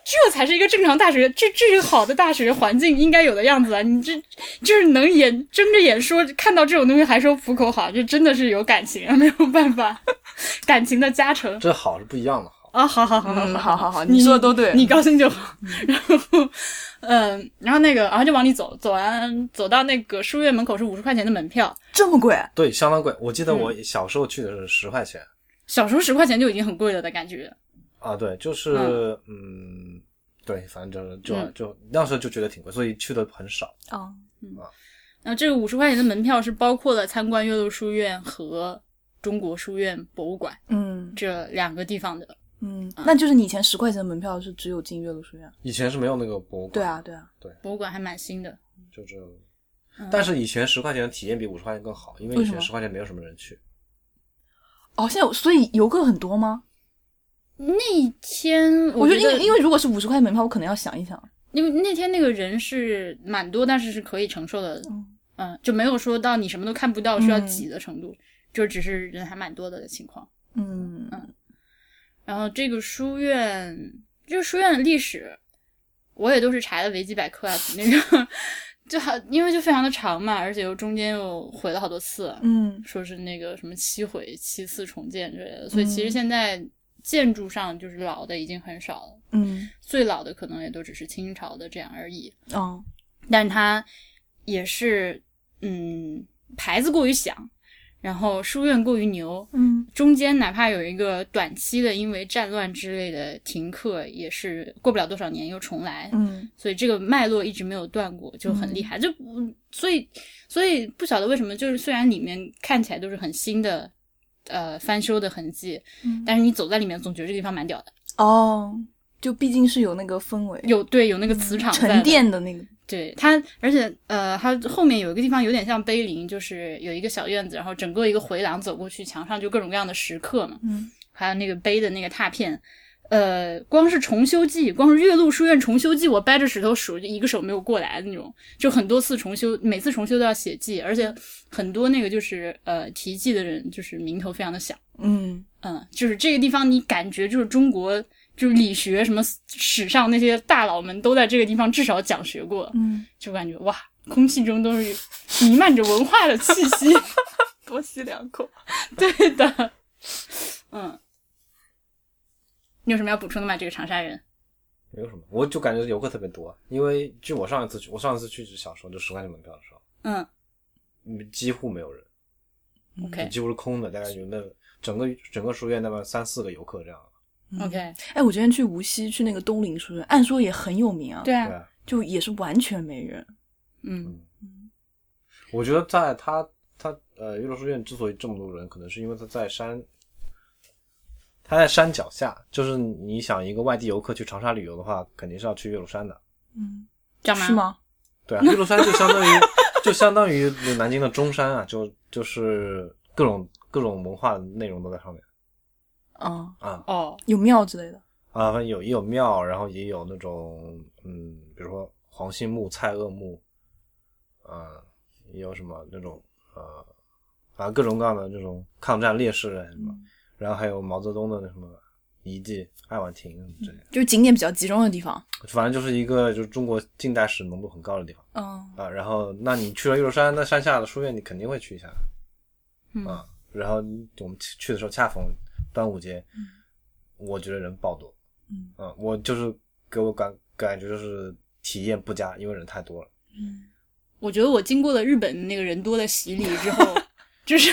A: 这才是一个正常大学，这这是好的大学环境应该有的样子啊！你这就是能眼睁着眼说看到这种东西还说浦口好，这真的是有感情啊，没有办法，感情的加成。
C: 这好是不一样的好。
A: 啊，好好好好
B: 嗯，
A: 好
B: 好好好，
A: 你
B: 你说的都对。
A: 你高兴就好。 然后，嗯，然后那个，然后就往里走，走完走到那个书院门口是五十块钱的门票，
B: 这么贵，啊
C: 对，相当贵。我记得
B: 嗯
C: 我小时候去的是十块钱、
A: 小时候十块钱就已经很贵了的感觉。
C: 啊，对，就是嗯对，反正就就
A: 嗯
C: 就那时候就觉得挺贵，所以去的很少。
A: 哦
B: 啊，
A: 那这个五十块钱的门票是包括了参观岳麓书院和中国书院博物馆
B: 嗯
A: 这两个地方的。
B: 嗯，那就是你以前十块钱的门票是只有进岳麓书院。
C: 以前是没有那个博物馆，
B: 对啊，，对啊，
A: 博物馆还蛮新的，
C: 就这。但是以前十块钱的体验比五十块钱更好，因为
B: 嗯为
C: 以
B: 什
C: 前
B: 么
C: 十块钱没有什么人去，
B: 哦，现在有所以游客很多吗？
A: 那一天
B: 我
A: 觉
B: 觉得因为因
A: 为
B: 为如果是五十块钱门票，我可能要想一想。
A: 因为那天那个人是蛮多，但是是可以承受的，
B: 嗯
A: 嗯，就没有说到你什么都看不到需要
B: 嗯
A: 挤的程度，就只是人还蛮多的情况。
B: 嗯
A: 然后这个书院，这个书院的历史，我也都是查的维基百科啊，那个 就好，因为就非常的长嘛，而且又中间又毁了好多次，
B: 嗯
A: 说是那个什么七毁、七次重建之类的，所以其实
B: 嗯
A: 现在建筑上就是老的已经很少了，
B: 嗯
A: 最老的可能也都只是清朝的这样而已，
B: 哦
A: 但它也是嗯牌子过于响，然后书院过于牛，
B: 嗯
A: 中间哪怕有一个短期的因为战乱之类的停课，也是过不了多少年又重来，
B: 嗯
A: 所以这个脉络一直没有断过，就很厉害。就不所以所以不晓得为什么，就是虽然里面看起来都是很新的，呃，翻修的痕迹，
B: 嗯
A: 但是你走在里面总觉得这个地方蛮屌的，
B: 哦，就毕竟是有那个氛围，
A: 有对有那个磁场在的
B: 沉淀的那个。
A: 对它，而且呃，它后面有一个地方有点像碑林，就是有一个小院子，然后整个一个回廊走过去，墙上就各种各样的石刻嘛。
B: 嗯
A: 还有那个碑的那个拓片，呃，光是重修记，光是岳麓书院重修记，我掰着石头数，一个手没有过来的那种，就很多次重修，每次重修都要写记，而且很多那个就是呃题记的人，就是名头非常的响，
B: 嗯
A: 嗯，就是这个地方你感觉就是中国就是理学什么史上那些大佬们都在这个地方至少讲学过，
B: 嗯，
A: 就感觉哇，空气中都是弥漫着文化的气息。
B: 多吸两口。
A: 对的，嗯，你有什么要补充的吗？这个长沙人，
C: 没有什么，我就感觉游客特别多。因为据我上一次去，我上一次去是小时候，就十块钱门票的时候，
A: 嗯
C: 嗯几乎没有人，
B: 嗯
A: ，OK
C: 几乎是空的，大概有那整个整个书院那么三四个游客这样。
A: OK，
B: 哎，我之前去无锡去那个东林书院，按说也很有名啊，
A: 对
C: 对
A: 啊，
C: 啊，
B: 就也是完全没人。
A: 嗯
C: 我觉得在他他呃岳麓书院之所以这么多人，可能是因为他在山，他在山脚下。就是你想一个外地游客去长沙旅游的话，肯定是要去岳麓山的。
B: 嗯，
A: 干嘛？
B: 是？吗？
C: 对啊，岳麓山就相当于就相当于南京的中山啊，就就是各种各种文化内容都在上面
B: 啊，
C: 啊
A: 哦，
B: 有庙之类的。
C: 啊，反正有也有庙，然后也有那种嗯，比如说黄杏木、蔡锷木，啊，也有什么那种呃，反正各种各样的那种抗战烈士啊什么，然后还有毛泽东的那什么遗迹、爱晚亭什么之类的，
B: 就景点比较集中的地方。
C: 反正就是一个就是中国近代史浓度很高的地方
B: 嗯
C: 啊。然后，那你去了岳麓山，那山下的书院你肯定会去一下。
A: 嗯
C: 啊，然后我们去去的时候恰逢端午节，我觉得人爆多，
B: 嗯
C: 啊，我就是给我感感觉就是体验不佳，因为人太多了。
A: 嗯我觉得我经过了日本那个人多的洗礼之 后。就是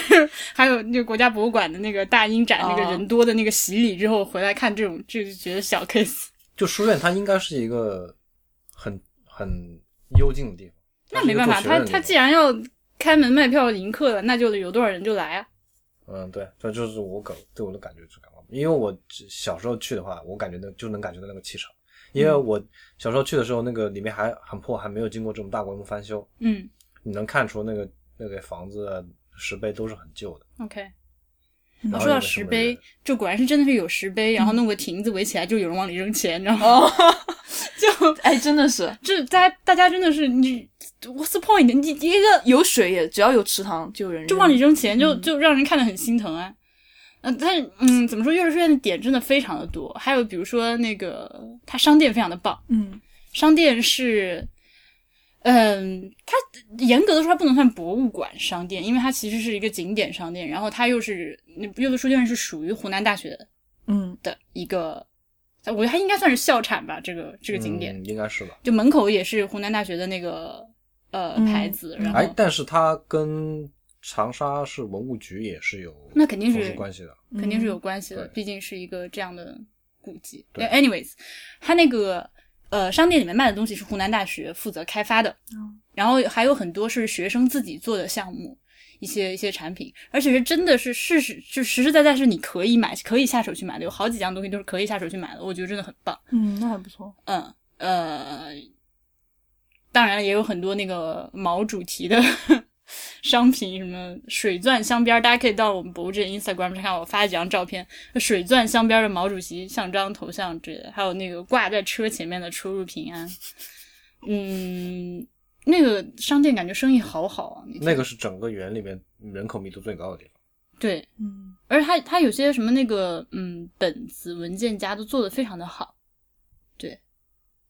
A: 还有那个国家博物馆的那个大英展那个
B: 哦
A: 人多的那个洗礼之后回来看这种，就就觉得小 case，
C: 就书院它应该是一个很很幽静的地方，
A: 那
C: 它是
A: 没
C: 一个
A: 办
C: 做
A: 法，
C: 学
A: 他
C: 问的
A: 他
C: 地
A: 既然要开门卖票迎客了，那就有多少人就来啊。
C: 方嗯对，这就是我感对我的感觉是感官因为我只小时候去的话，我感觉那就能感觉到那个气场，因为我小时候去的时候，那个里面还很破，还没有经过这种大规模翻修，
A: 嗯
C: 你能看出那个那个房子啊石碑都是很旧的。
A: ，OK。我
B: 嗯
C: 然后
A: 说到
C: 有什
A: 石
C: 么
A: 碑
C: 人，嗯
A: 这果然是真的是有石碑，然后弄个亭子围起来，就有人往里扔钱，你知道吗？
B: 哦，
A: 就
B: 哎，真的是
A: 这大家大家真的是你，What's the point？你你一
C: 嗯
A: 个
B: 有水也，只要有池塘就有人扔
A: 就往里扔钱，就就让人看得很心疼啊。嗯、但是嗯，怎么说，幼儿园的点真的非常的多。还有比如说那个，它商店非常的棒，
B: 嗯
A: 商店是，嗯，它严格的说它不能算博物馆商店，因为它其实是一个景点商店，然后它又是那柚子书店是属于湖南大学
B: 嗯
A: 的一个，我觉得它应该算是校产吧，这个这个景点、
C: 嗯、应该是吧？
A: 就门口也是湖南大学的那个呃、
B: 嗯
A: 牌子，然后、
C: 哎，但是它跟长沙市文物局也是有
A: 那肯定是
C: 从属关系的。
B: 嗯
A: 肯定是有关系的，
C: 对
A: 毕竟是一个这样的古迹。
C: 对
A: Anyways，它那个呃商店里面卖的东西是湖南大学负责开发的，
B: 哦
A: 然后还有很多是学生自己做的项目，一些一些产品，而且是真的是事实，就实实在在是你可以买、可以下手去买的，有好几样东西都是可以下手去买的，我觉得真的很棒。
B: 嗯，那还不错。
A: 嗯呃，当然也有很多那个毛主题的 商品，什么水钻镶边儿，大家可以到我们博物志的 Instagram 上看，我发了几张照片，水钻镶边儿的毛主席像章头像之类的，还有那个挂在车前面的“出入平安”。嗯，那个商店感觉生意好好啊，那
C: 那个是整个园里面人口密度最高的地方。
A: 对，
B: 嗯
A: 而它它有些什么那个嗯本子文件夹都做的非常的好，对，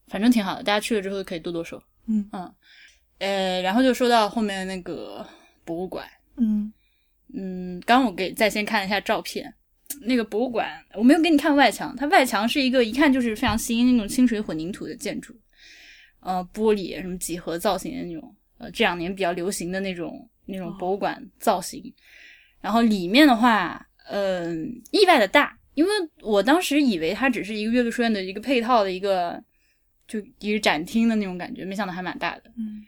A: 反正挺好的，大家去了之后可以剁剁手。
B: 嗯
A: 呃，然后就说到后面那个博物馆，
B: 嗯
A: 嗯，刚刚我给在先看了一下照片，那个博物馆我没有给你看外墙，它外墙是一个一看就是非常新那种清水混凝土的建筑，呃，玻璃什么几何造型的那种，呃，这两年比较流行的那种那种博物馆造型。然后里面的话，嗯、意外的大，因为我当时以为它只是一个阅读书院的一个配套的一个就一个展厅的那种感觉，没想到还蛮大的。
B: 嗯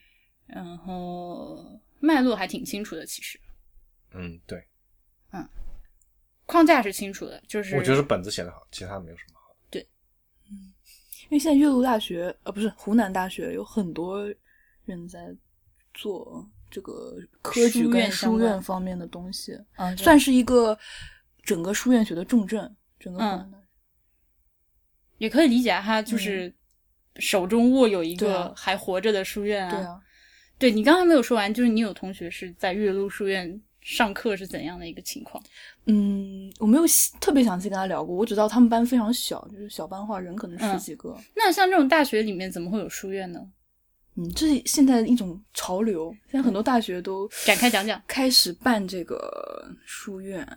A: 然后呃脉络还挺清楚的，其实
C: 嗯，对，
A: 框架是清楚的，就是
C: 我觉得是本子写的好，其他没有什么好。
B: 因为现在岳麓大学呃不是湖南大学有很多人在做这个科举
A: 书院
B: 跟
A: 相
B: 书
A: 关
B: 院方面的东西，
A: 嗯
B: 算是一个整个书院学的重镇。整个
A: 嗯
B: 湖南大学
A: 也可以理解他就是手中握有一
B: 嗯对
A: 个
B: 啊
A: 还活着的书院啊。
B: 对啊，
A: 对你刚才没有说完，就是你有同学是在岳麓书院上课是怎样的一个情况？
B: 嗯，我没有细特别详细跟他聊过，我只知道他们班非常小，就是小班的话人可能
A: 嗯
B: 十几个。
A: 那像这种大学里面怎么会有书院呢？
B: 嗯，这是现在一种潮流，现在很多大学都
A: 展开讲讲
B: 开始办这个书院，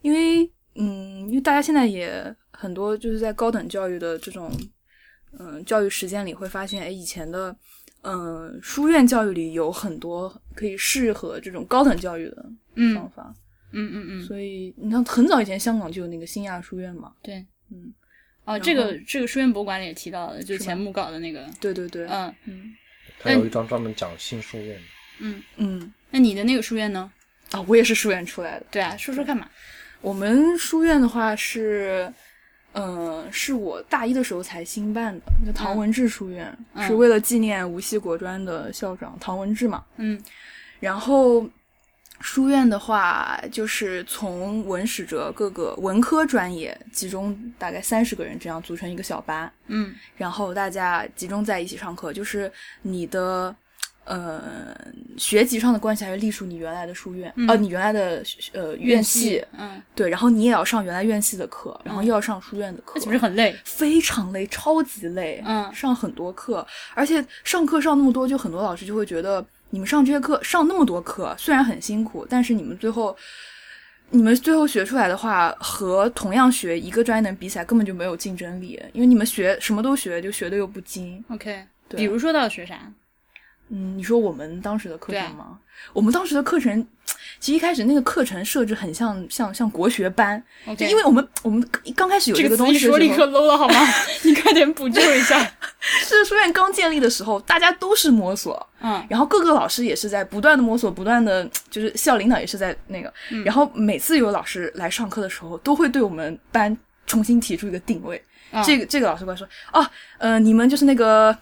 B: 因为嗯，因为大家现在也很多就是在高等教育的这种嗯教育实践里会发现，哎，以前的嗯书院教育里有很多可以适合这种高等教育的
A: 嗯
B: 方法，
A: 嗯嗯嗯，
B: 所以你看很早以前香港就有那个新亚书院嘛，
A: 对，
B: 嗯，
A: 哦，
B: 然后
A: 这个这个书院博物馆里也提到了，就是
B: 吧
A: 前木稿的那个，
B: 对对对，
A: 嗯
B: 嗯
C: 它有一张专门讲新书院的。
A: 嗯，
B: 嗯
A: 那你的那个书院呢？
B: 啊，我也是书院出来的。
A: 对啊，说说看嘛。
B: 我们书院的话是，嗯、是我大一的时候才新办的，叫唐文治书院，
A: 嗯
B: 是为了纪念无锡国专的校长唐文治嘛。
A: 嗯
B: 然后书院的话，就是从文史哲各个文科专业集中大概三十个人，这样组成一个小班，
A: 嗯
B: 然后大家集中在一起上课，就是你的。呃，学籍上的关系还是隶属你原来的书院，
A: 嗯
B: 呃，你原来的呃院系，
A: 嗯，
B: 对，然后你也要上原来院系的课，然后
A: 嗯
B: 又要上书院的课，
A: 那岂不是很累？
B: 非常累，超级累，
A: 嗯
B: 上很多课，而且上课上那么多，就很多老师就会觉得你们上这些课上那么多课，虽然很辛苦，但是你们最后。你们最后学出来的话，和同样学一个专业的人比起来，根本就没有竞争力，因为你们学什么都学，就学的又不精。
A: OK，
B: 对
A: 比如说到学啥？
B: 嗯，你说我们当时的课
A: 对啊
B: 程吗？我们当时的课程，其实一开始那个课程设置很像像像国学班，就
A: OK，
B: 因为我们我们刚开始有
A: 这
B: 个
A: 词
B: 东
A: 一
B: 西的
A: 说
B: 时
A: 立
B: 候
A: 刻 low 了好 吗？你快点补救一 下。
B: 是书院刚建立的时候，大家都是摸索，
A: 嗯，
B: 然后各个老师也是在不断的摸索，不断的就是校领导也是在那个，然后每次有老师来上课的时候，都会对我们班重新提出一个定位。
A: 嗯
B: 这个这个老师过来说，哦，呃，你们就是那个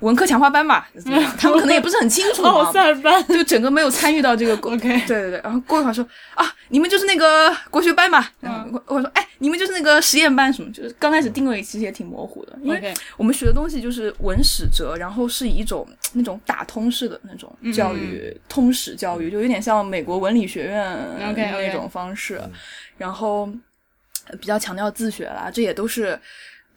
B: 文科强化班吧？怎么样他们可能也不是很清楚
A: 哦，
B: 嘛，
A: 塞尔班。
B: 就整个没有参与到这个过
A: OK，
B: 对对对，然后过一会儿说啊，你们就是那个国学班嘛，然后我我说哎，你们就是那个实验班什么，就是刚开始定位其实也挺模糊的，因为
A: OK
B: 我们学的东西就是文史哲，然后是以一种那种打通式的那种
A: 嗯
B: 教育，通史教育，就有点像美国文理学院
A: OK，OK
B: 那种方式
C: 嗯
B: 然后呃比较强调自学啦，这也都是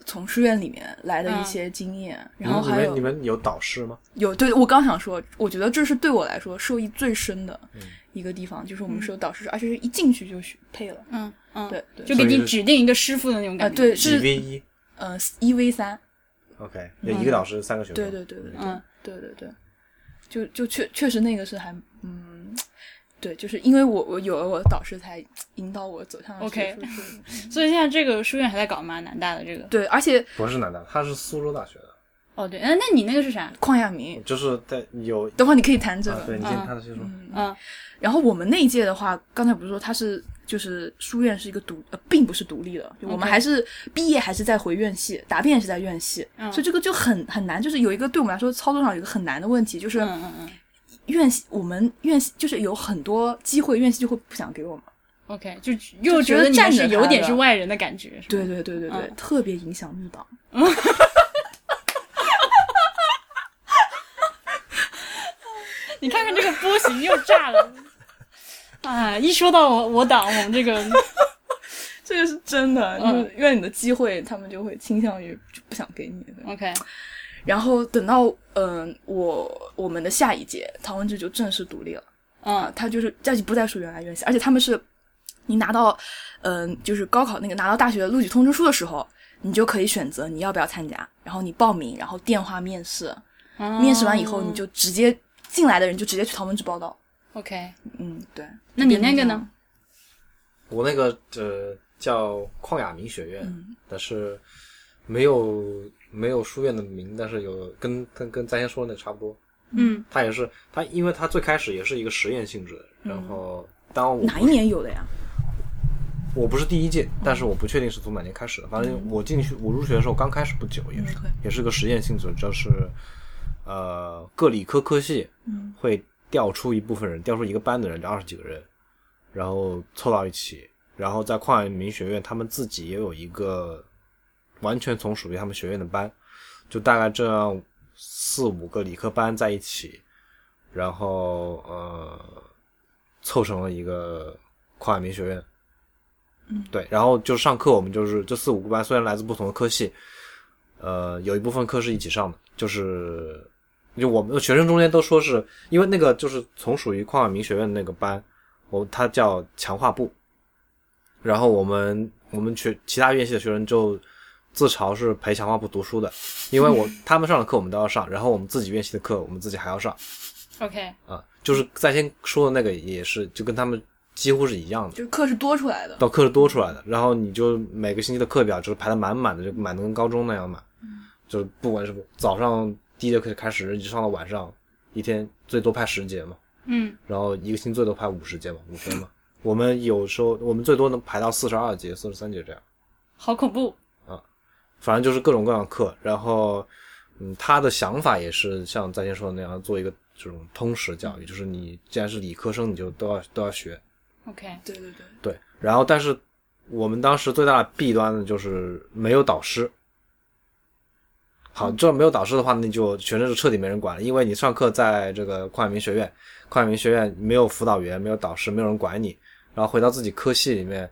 B: 从书院里面来的一
A: 嗯
B: 些经验，
C: 你
B: 然后
C: 们你
B: 还有
C: 们你们有导师吗？
B: 有，对我刚想说，我觉得这是对我来说受益最深的
C: 嗯
B: 一个地方，就是我们是有导师，而且是一进去就学配了，
A: 嗯嗯，
B: 对对，
A: 就给
C: 所以
A: 你
C: 是
A: 指定一个师傅的那种
B: 啊
A: 感觉。
B: 对
C: 一
B: 是
C: v 一
B: 呃一 v 三，
C: ，OK，就一个导师三个学生。
B: 对对对对对
A: 嗯
B: 对对对，就就确确实那个是还嗯，对，就是因为我我有了我的导师才引导我走向了
A: OK
B: 学术之路
A: 所以现在这个书院还在搞吗？南大的这个？
B: 对，而且
C: 不是南大，他是苏州大学的，
A: 哦，对，嗯，那你那个是啥？
B: 邝亚明，
C: 就是在有
B: 等会儿你可以谈这个，
C: 啊，对你听他的叙述，
A: 嗯
B: 然后我们那一届的话，刚才不是说它是就是书院是一个独呃，并不是独立的，就我们
A: OK
B: 还是毕业还是在回院系，答辩也是在院系，
A: 嗯
B: 所以这个就很很难，就是有一个对我们来说操作上有一个很难的问题，就是
A: 嗯嗯嗯
B: 院系、我们院系就是有很多机会，院系就会不想给我们。
A: ，OK，就又
B: 觉
A: 觉
B: 得
A: 得
B: 你们
A: 站
B: 是
A: 着有点
B: 他的
A: 是外人的感觉。是吧
B: 对对对对对，
A: 嗯
B: 特别影响入党。
A: 你看看这个波形又炸 了。哎，一说到我我党，我们 这个
B: 这个是真的，
A: 嗯
B: 就是院里的机会，他们就会倾向于就不想给你的。
A: OK，
B: 然后等到嗯、我我们的下一届，唐文志就正式独立了。啊
A: 嗯，
B: 他就是这不再属于原来院系，而且他们是，你拿到，嗯、就是高考那个拿到大学录取通知书的时候，你就可以选择你要不要参加，然后你报名，然后电话面试，
A: 哦
B: 面试完以后你就直接进来的人就直接去唐文志报道。
A: OK。
B: 嗯，对。
A: 那你那个呢？
C: 我那个呃叫旷雅明学院，
B: 嗯
C: 但是没有没有书院的名，但是有跟跟跟咱先说的那个差不多。
A: 嗯，
C: 它也是它，因为它最开始也是一个实验性质的，然后当然我
B: 嗯哪一年有的呀？
C: 我不是第一届，但是我不确定是从哪年开始的。反正我进去，我入学的时候刚开始不久，也是、
B: OK
C: 也是个实验性质，就是呃各理科科系会调出一部分人，调出一个班的人，就二十几个人，然后凑到一起，然后在矿业民学院，他们自己也有一个完全从属于他们学院的班，就大概这样四五个理科班在一起，然后呃凑成了一个矿业民学院。对，然后就上课，我们就是这四五个班，虽然来自不同的科系，呃，有一部分课是一起上的，就是就我们学生中间都说是因为那个就是从属于矿业民学院的那个班，我它叫强化部，然后我们我们学其他院系的学生就自嘲是陪强化部读书的，因为我他们上的课我们都要上，然后我们自己院系的课我们自己还要上
A: OK，
C: 啊，就是在先说的那个也是就跟他们几乎是一样的。
B: 就是课是多出来的。
C: 到课是多出来的，然后你就每个星期的课表就是排的满满的，就满的跟高中那样满，就是不管是早上第一节课开始，一直上到晚上，一天最多排十节嘛，
A: 嗯
C: 然后一个星期最多排五十节嘛，五天嘛。我们有时候我们最多能排到四十二节、四十三节这样，
A: 好恐怖。
C: 反正就是各种各样的课。然后，嗯，他的想法也是像在先说的那样，做一个这种通识教育，就是你既然是理科生，你就都要都要学，
A: OK，
B: 对对对，
C: 对，然后但是我们当时最大的弊端呢，就是没有导师。好，这没有导师的话，那就学生是彻底没人管了，因为你上课在这个矿业民学院，矿业民学院没有辅导员，没有导师，没有人管你，然后回到自己科系里面，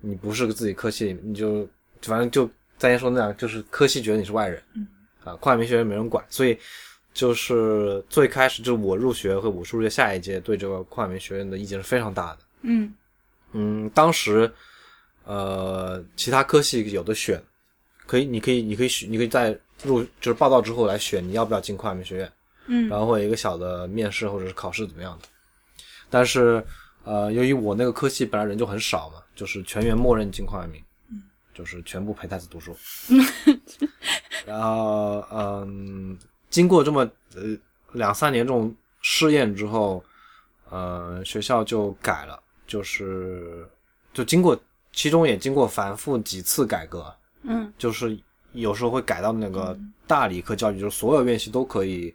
C: 你不是个自己科系，你就反正就咱先说那样，就是科系觉得你是外人，啊，矿业民学院没人管，所以就是最开始就是我入学和我入学下一届对这个矿业民学院的意见是非常大的。
A: 嗯
C: 嗯，当时呃，其他科系有的选，可以，你可以，你可以选，你可以在入就是报到之后来选你要不要进矿业民学院，
A: 嗯
C: 然后会有一个小的面试或者是考试怎么样的。但是呃，由于我那个科系本来人就很少嘛，就是全员默认金矿爱民，就是全部陪太子读书。然后，嗯，经过这么呃两三年这种试验之后，呃，学校就改了，就是就经过其中也经过反复几次改革，
A: 嗯
C: 就是有时候会改到那个大理科教育，就是所有院系都可以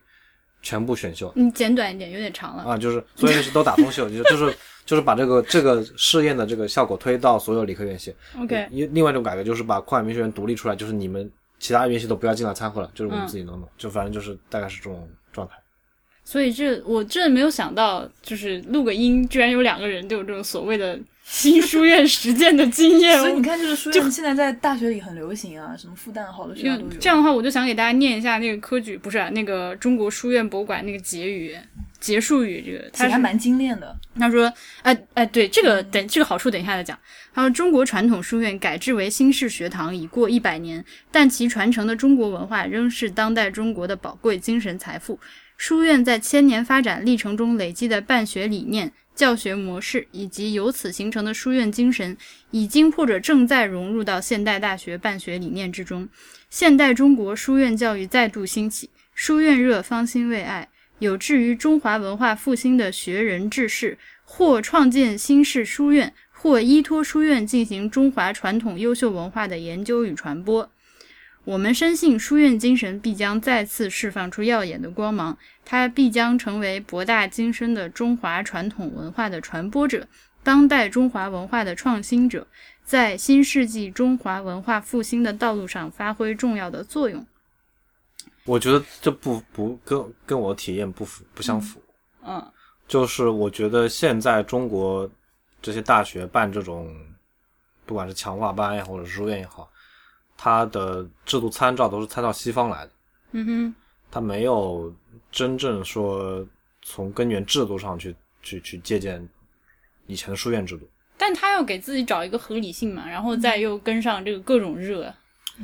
C: 全部选修。
A: 你嗯简短一点，有点长了。
C: 啊，就是所有院系都打通秀，就就是就是把这个这个试验的这个效果推到所有理科院系。
A: OK，
C: 一另外一种改革就是把矿业民学院独立出来，就是你们其他院系都不要进来掺和了，就是我们
A: 嗯
C: 自己弄弄，就反正就是大概是这种状态。
A: 所以这我真的没有想到，就是录个音，居然有两个人都有这种所谓的新书院实践的经验。
B: 所以你看，这个书院现在在大学里很流行啊，什么复旦好的学
A: 因
B: 校
A: 为
B: 都有。
A: 这样的话，我就想给大家念一下那个科举，不是啊、那个中国书院博物馆那个结语、结束语。这个
B: 其
A: 他
B: 实还
A: 是
B: 蛮精炼的，
A: 他说，哎、哎，对，这个等这个好处等一下再讲。他说，中国传统书院改制为新式学堂已过一百年，但其传承的中国文化仍是当代中国的宝贵精神财富。书院在千年发展历程中累积的办学理念、教学模式以及由此形成的书院精神，已经或者正在融入到现代大学办学理念之中。现代中国书院教育再度兴起，书院热方兴未艾，有志于中华文化复兴的学人志士，或创建新式书院，或依托书院进行中华传统优秀文化的研究与传播。我们深信书院精神必将再次释放出耀眼的光芒，它必将成为博大精深的中华传统文化的传播者，当代中华文化的创新者，在新世纪中华文化复兴的道路上发挥重要的作用。
C: 我觉得这不不跟跟我体验不符不相符，
A: 嗯
C: 就是我觉得现在中国这些大学办这种，不管是强化班也好，或者是书院也好，它的制度参照都是参照西方来的，
A: 嗯哼，
C: 它没有真正说从根源制度上去去去借鉴以前的书院制度。
A: 但他要给自己找一个合理性嘛，然后再又跟上这个各种热。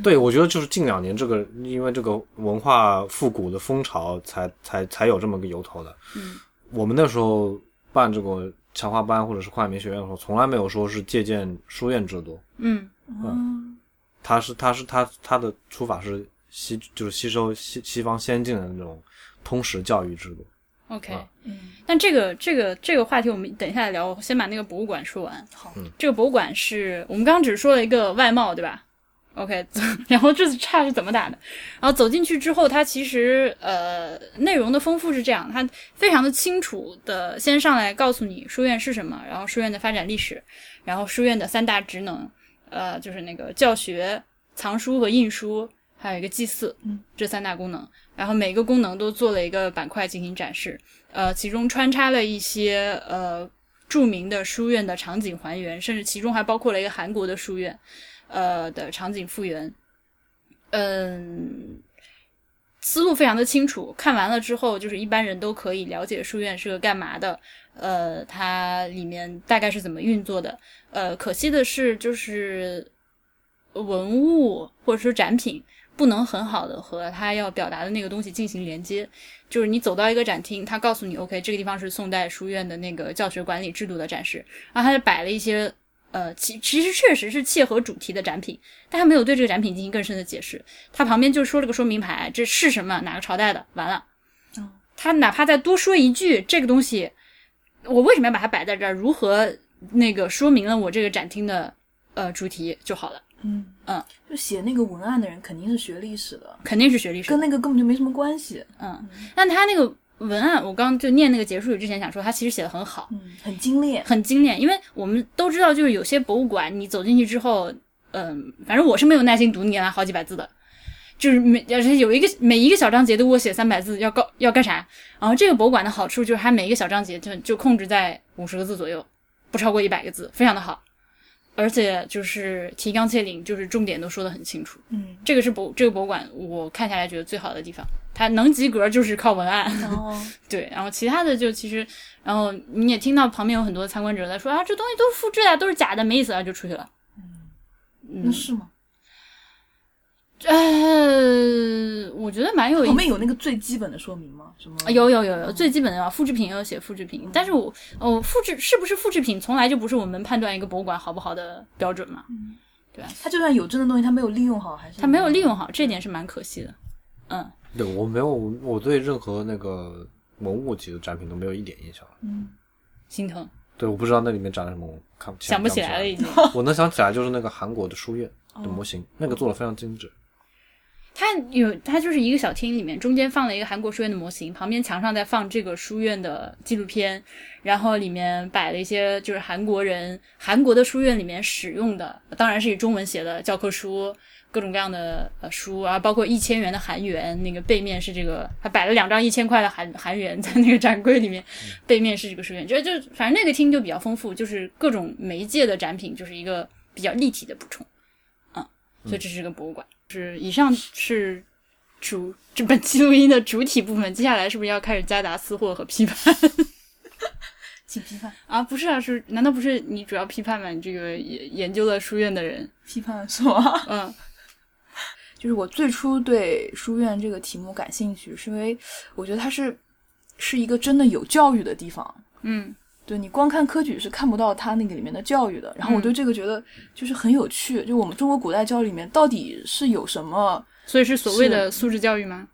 C: 对，我觉得就是近两年这个，因为这个文化复古的风潮才，才才有这么个由头的。
A: 嗯，
C: 我们那时候办这个强化班或者是跨民学院的时候，从来没有说是借鉴书院制度，
A: 嗯
B: 嗯，
C: 它是它是它它的出法是吸就是吸收西西方先进的那种通识教育制度。
A: ，OK，、嗯
C: 啊
A: 但这个这个这个话题我们等一下来聊，我先把那个博物馆说完。
B: 好，
A: 这个博物馆是我们刚刚只说了一个外貌，对吧？OK，走 然后这次岔是怎么打的？然后走进去之后，它其实呃内容的丰富是这样，它非常的清楚的先上来告诉你书院是什么，然后书院的发展历史，然后书院的三大职能，呃就是那个教学、藏书和印书，还有一个祭祀，
B: 嗯，
A: 这三大功能。然后每个功能都做了一个板块进行展示，呃，其中穿插了一些呃著名的书院的场景还原，甚至其中还包括了一个韩国的书院，呃的场景复原。嗯，思路非常的清楚，看完了之后，就是一般人都可以了解书院是个干嘛的，呃，它里面大概是怎么运作的。呃，可惜的是，就是文物或者说展品不能很好的和它要表达的那个东西进行连接。就是你走到一个展厅，它告诉你，OK，这个地方是宋代书院的那个教学管理制度的展示，然后它就摆了一些。呃，其其实确实是切合主题的展品，但它没有对这个展品进行更深的解释。它旁边就说了个说明牌，这是什么，哪个朝代的，完了
B: 哦。
A: 他哪怕再多说一句，这个东西我为什么要把它摆在这儿，如何那个说明了我这个展厅的呃主题就好了，
B: 嗯
A: 嗯，
B: 就写那个文案的人肯定是学历史的，
A: 肯定是学历史
B: 跟那个根本就没什么关系。
A: 嗯，但他那个文案，我刚刚就念那个结束语之前想说，他其实写的很好，
B: 嗯，很精炼。
A: 很精炼，因为我们都知道，就是有些博物馆你走进去之后，嗯、反正我是没有耐心读你那好几百字的。就是每而且有一个每一个小章节都给我写三百字，要告要干啥？然后这个博物馆的好处就是它每一个小章节就就控制在五十个字左右，不超过一百个字，非常的好。而且就是提纲挈领，就是重点都说得很清楚。
B: 嗯，
A: 这个是博这个博物馆我看下来觉得最好的地方，它能及格就是靠文案。
B: 然后
A: 对，然后其他的就其实，然后你也听到旁边有很多参观者在说啊，这东西都是复嗯制的，都是假的，没意思啊，就出去了。
B: 那是吗？
A: 呃，我觉得蛮有意
B: 旁
A: 思
B: 边有那个最基本的说明吗？什么？
A: 啊，有有有有，最基本的啊，复制品也有写复制品，但是我哦，复制是不是复制品，从来就不是我们判断一个博物馆好不好的标准嘛。
B: 他就算有真的东西，他没有利用好，还是
A: 它没有利用好，这点是蛮可惜的。嗯，
C: 对我没有，我对任何那个文物级的展品都没有一点印象。
A: 心疼，
C: 对，我不知道那里面展了什么，我看不
A: 想
C: 不
A: 不起来了已经。
C: 我能想起来就是那个韩国的书院的模
A: 哦
C: 型，那个做的非常精致。
A: 嗯它有，它就是一个小厅里面，中间放了一个韩国书院的模型，旁边墙上在放这个书院的纪录片，然后里面摆了一些就是韩国人韩国的书院里面使用的，当然是以中文写的教科书，各种各样的呃书，然后包括一千元的韩元，那个背面是这个，还摆了两张一千块的韩韩元在那个展柜里面，背面是这个书院，就就反正那个厅就比较丰富，就是各种媒介的展品，就是一个比较立体的补充，嗯，所以这是个博物馆。是以上是主这本期录音的主体部分，接下来是不是要开始夹杂私货和批判
B: 请批判
A: 啊？不是啊，是难道不是你主要批判吗？你这个研研究了书院的人，
B: 批判什么？
A: 嗯
B: 就是我最初对书院这个题目感兴趣，是因为我觉得它是是一个真的有教育的地方。
A: 嗯
B: 对你光看科举是看不到它那个里面的教育的。然后我对这个觉得就是很有趣，就我们中国古代教育里面到底是有什么？
A: 所以是所谓的素质教育吗？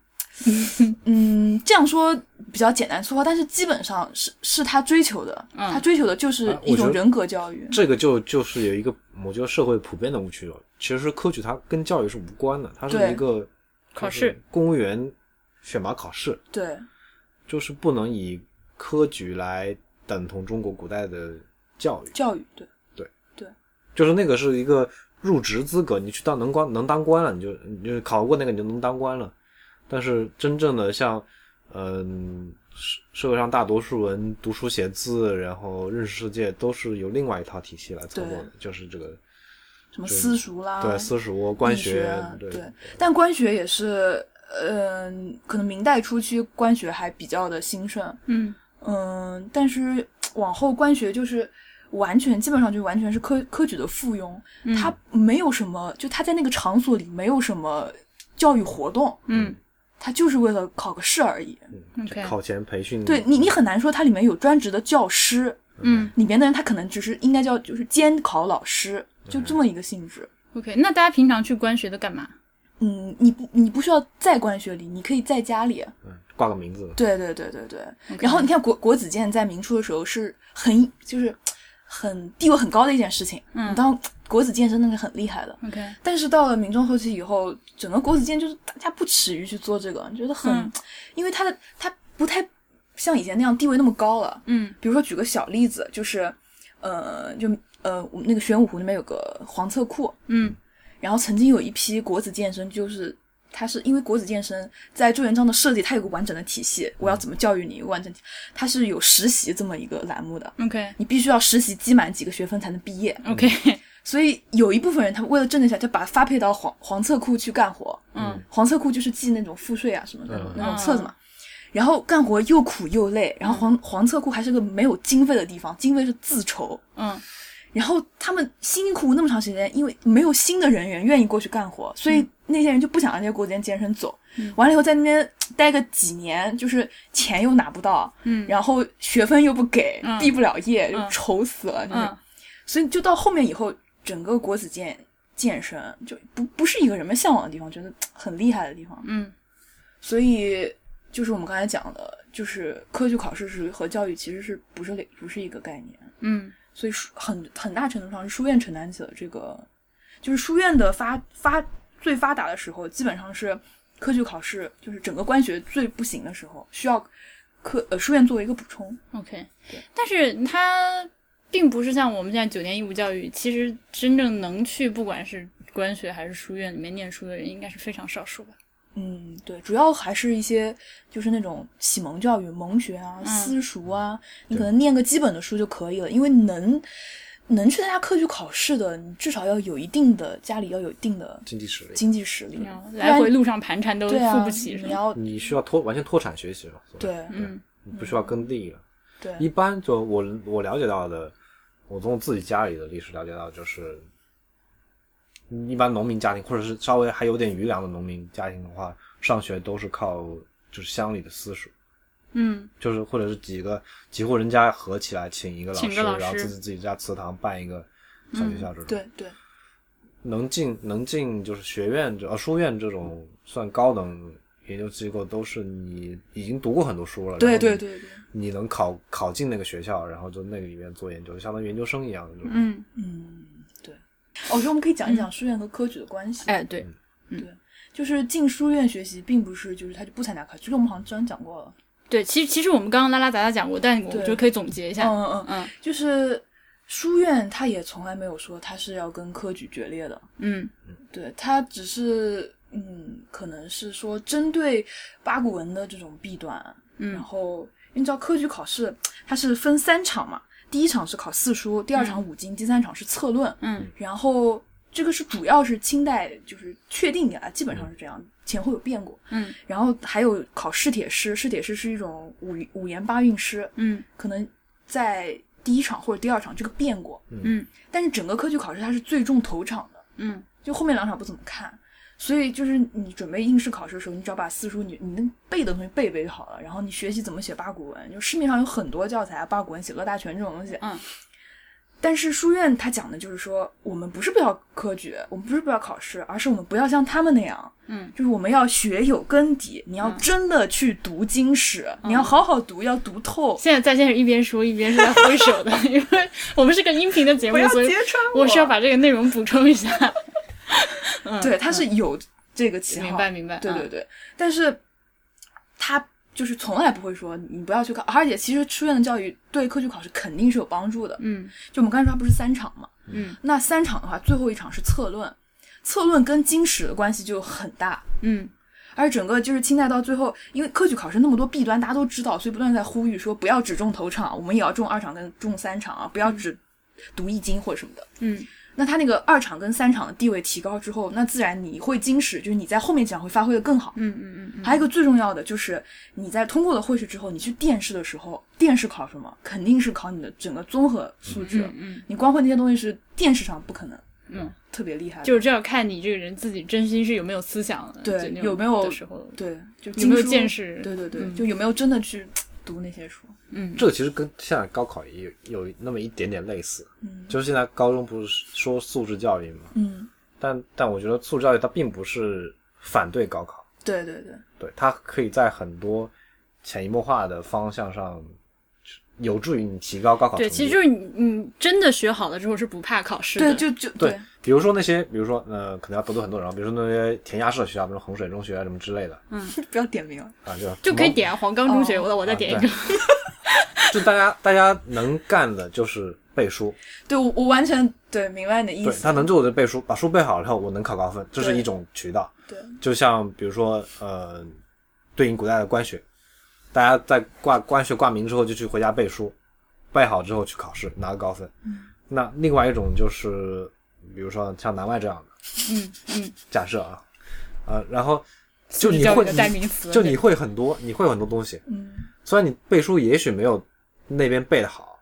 B: 嗯，这样说比较简单粗暴，但是基本上是是他追求的，
A: 嗯
B: 他追求的就是
C: 啊
B: 一
C: 我觉
B: 种
C: 得
B: 人格教育。
C: 这个就就是有一个我觉得社会普遍的误区了。其实科举它跟教育是无关的，它是
B: 对
C: 一个
A: 考
C: 就是
A: 试
C: 公务员选拔考试，
B: 对，
C: 就是不能以科举来等同中国古代的教育，
B: 教育对。
C: 就是那个是一个入职资格，你去当能官能当官了，你就你就考过那个你就能当官了。但是真正的像嗯、社社会上大多数人读书写字，然后认识世界，都是由另外一套体系来操作的，就是这个。
B: 什么私塾啦，
C: 对，私塾、官
B: 力学啊
C: 对
B: 对，但官学也是，嗯、可能明代初期官学还比较的兴盛，
A: 嗯，
B: 嗯、但是往后官学就是完全基本上就完全是科科举的附庸，它没有什么，就它在那个场所里没有什么教育活动，
A: 嗯
B: 它就是为了考个试而已。
C: 嗯
A: ，OK，
C: 考前培训，
B: 对你，你很难说它里面有专职的教师，
A: 嗯
B: 里面的人他可能只是应该叫就是监考老师，就这么一个性质。
A: OK，那大家平常去官学都干嘛？
B: 嗯，你不，你不需要在官学里，你可以在家里。
C: 嗯挂个名字，
B: 对对对对对。然后你看国国子监在明初的时候是很就是很地位很高的一件事情，
A: 嗯
B: 你当国子监真的是很厉害的。
A: OK，
B: 但是到了明中后期以后，整个国子监就是大家不耻于去做这个，觉得很，
A: 嗯
B: 因为他的他不太像以前那样地位那么高了。
A: 嗯
B: 比如说举个小例子，就是，呃，就呃，我们那个玄武湖那边有个黄册库，
A: 嗯
B: 然后曾经有一批国子监生，就是他是因为国子监生在朱元璋的设计，他有个完整的体系，我要怎么教育你，完整，他是有实习这么一个栏目的，
A: ，OK 嗯
B: 你必须要实习积满几个学分才能毕业，
A: OK，
B: 所以有一部分人他为了挣这钱，就把他发配到黄黄册库去干活，
A: 嗯
B: 黄册库就是记那种赋税啊什么的、
C: 嗯
B: 那种册子嘛。然后干活又苦又累，然
A: 嗯
B: 后黄黄册库还是个没有经费的地方，经费是自筹。
A: 嗯
B: 然后他们辛辛苦苦那么长时间，因为没有新的人员愿意过去干活，所
A: 嗯
B: 以那些人就不想让这些国子监监生走。完了以后在那边嘖待个几年，就是钱又拿不到，
A: 嗯
B: 然后学分又不给，
A: 嗯
B: 毕不了业，
A: 嗯
B: 就愁死了。就是
A: 嗯
B: 所以就到后面以后，整个国子监健身就不不是一个人们向往的地方，觉得嘖很厉害的地方。
A: 嗯
B: 所以就是我们刚才讲的，就是科举考试是和教育其实是不是类不是一个概念。
A: 嗯
B: 所以书很很大程度上是书院承担起了这个，就是书院的发发最发达的时候，基本上是科举考试，就是整个官学最不行的时候，需要科呃书院作为一个补充。
A: OK，但是它并不是像我们现在九年义务教育，其实真正能去不管是官学还是书院里面念书的人，应该是非常少数吧。
B: 嗯，对，主要还是一些就是那种启蒙教育、蒙学啊、
A: 嗯
B: 私塾啊，你
C: 对
B: 可能念个基本的书就可以了，因为能能去参加科举考试的，你至少要有一定的家里要有一定的
C: 经济实力，
B: 经济实力
A: 然后，
B: 不
A: 来
B: 然
A: 回路上盘缠都
B: 对啊，
A: 付不起，是吧？
B: 你要
C: 你需要脱完全脱产学习了，所谓
B: 对
A: 嗯
C: 你不需要耕地了。
B: 对
C: 一般就我我了解到的，我从自己家里的历史了解到，就是嗯一般农民家庭，或者是稍微还有点余粮的农民家庭的话，上学都是靠就是乡里的私塾，
A: 嗯，
C: 就是或者是几个几户人家合起来请一个老
A: 请个老师
C: 然后自己自己家祠堂办一个小学校这种。
B: 嗯对对，
C: 能进能进就是学院这呃书院这种算高等研究机构，都是你已经读过很多书了，
B: 对
C: 然后
B: 对
C: 你
B: 对对，
C: 你能考考进那个学校，然后就那个里面做研究，相当于研究生一样的那种。
A: 嗯，
B: 嗯，对。哦我觉得我们可以讲一讲书院和科举的关系。
A: 哎，对，
B: 就是进书院学习，并不是就是他就不参加科举，这个我们好像之前讲过了。
A: 对，其实其实我们刚刚拉拉杂杂讲过，但我
B: 对
A: 们就可以总结一下，
B: 嗯嗯嗯，
A: 嗯
B: 就是书院他也从来没有说他是要跟科举决裂的，
A: 嗯
B: 对他只是嗯，可能是说针对八股文的这种弊端，然
A: 嗯
B: 后你知道科举考试它是分三场嘛，第一场是考四书，第二场五经，第三场是策论，
A: 嗯
B: 然后这个是主要是清代就是确定的啊，基本上是这样，前后有变过。
A: 嗯
B: 然后还有考试帖诗，试帖诗是一种五五言八韵诗，
A: 嗯
B: 可能在第一场或者第二场这个变过，
A: 嗯，
B: 但是整个科举考试它是最重头场的，
A: 嗯
B: 就后面两场不怎么看。所以就是你准备应试考试的时候，你只要把四书你你能背的东西背一背就好了，然后你学习怎么写八股文，就市面上有很多教材啊，八股文、写作大全这种东西，
A: 嗯
B: 但是书院它讲的就是说，我们不是不要科举，我们不是不要考试，而是我们不要像他们那样，
A: 嗯，
B: 就是我们要学有根底，你要
A: 嗯
B: 真的去读经史，你要好好读，要读透，
A: 现在在线是一边说一边是在挥手 的，因为我们是个音频的节
B: 不
A: 目
B: 要，
A: 所以
B: 揭穿
A: 我是要把这个内容补充一下。嗯，
B: 对，它是有这个旗号，
A: 明白明白，
B: 对
A: 嗯
B: 对对，但是他就是从来不会说你不要去考，而且其实书院的教育对科举考试肯定是有帮助的，
A: 嗯
B: 就我们刚才说，它不是三场嘛？
A: 嗯，
B: 那三场的话，最后一场是策论，策论跟经史的关系就很大。
A: 嗯
B: 而整个就是清代到最后，因为科举考试那么多弊端，大家都知道，所以不断地在呼吁说不要只中头场，我们也要中二场跟中三场啊，不要只读一经或者什么的。
A: 嗯
B: 那他那个二场跟三场的地位提高之后，那自然你会经史，就是你在后面几场会发挥的更好。
A: 嗯嗯嗯，
B: 还有一个最重要的就是，你在通过了会试之后，你去殿试的时候，殿试考什么？肯定是考你的整个综合素质。
A: 嗯嗯
B: 你光会那些东西是电视上不可能，
A: 嗯，
B: 特别厉害的。
A: 就是这要看你这个人自己真心是有没有思想的，
B: 对
A: 就那种
B: 有没有
A: 的时候，
B: 对，就
A: 有没有
B: 经书
A: 见？识，
B: 对对对，
A: 嗯
B: 就有没有真的去读那些书？
A: 嗯
C: 这个其实跟现在高考也有有那么一点点类似，
B: 嗯
C: 就是现在高中不是说素质教育嘛，
B: 嗯，
C: 但但我觉得素质教育它并不是反对高考，
B: 对对对，
C: 对它可以在很多潜移默化的方向上，有助于你提高高考成绩。
A: 对，其实就是你你真的学好了之后是不怕考试的，
B: 对就就
C: 对，比如说那些，比如说呃，可能要得罪很多人啊，比如说那些填鸭式的学校，比如衡水中学啊什么之类的
B: 不要点名了。
C: 啊，就
A: 就可以点黄冈中学，
B: 哦
A: 我我再点一
C: 啊
A: 个，
C: 就大家大家能干的就是背书，
B: 对我我完全对明白你的意
C: 对
B: 思。
C: 他能做的就背书，把书背好了以后，我能考高分，这是
B: 对
C: 一种渠道。
B: 对
C: 就像比如说呃，对应古代的官学，大家在挂官学挂名之后就去回家背书，背好之后去考试拿个高分。那另外一种就是，比如说像南外这样的
A: 嗯嗯，
C: 假设啊，呃，然后就
A: 素质
C: 你
A: 教育
C: 会
A: 的代名词
C: 就你会很多，你会很多东西。
B: 嗯，
C: 虽然你背书也许没有那边背的好，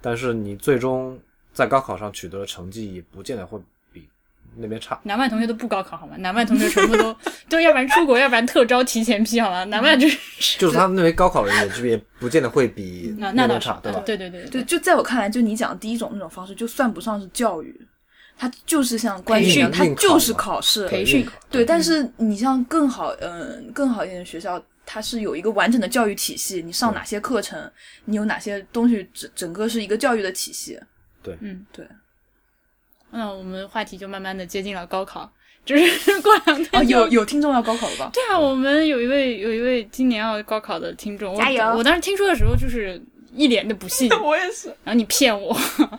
C: 但是你最终在高考上取得的成绩也不见得会比那边差。
A: 南外同学都不高考好吗？南外同学全部都都要不然出国，要不然特招提前批好吗？
B: 嗯
A: 南外就是
C: 就是他们那边高考的人也就也不见得会比
A: 那那
C: 那
A: 倒
C: 边
A: 是
C: 差，对吧？
A: 对对对
B: 对，就在我看来，就你讲的第一种那种方式，就算不上是教育，它就是像官
A: 培
B: 员，
A: 训啊
B: 它
C: 硬考
B: 就是
C: 嘛
B: 考试。
A: 培训
C: 嗯
B: 对，但是你像更好，嗯，更好一点的学校，它是有一个完整的教育体系，你上哪些课程，你有哪些东西，整整个是一个教育的 体系。
A: 嗯
B: 对。
A: 那我们话题就慢慢的接近了高考，就是 过两天
B: 哦，
A: 就
B: 有有听众要高考了吧？
A: 对啊，我们有一位有一位今年要高考的听众，我
B: 加油
A: 我当时听说的时候就是一脸的不 信，
B: 我也是。
A: 然后你骗我，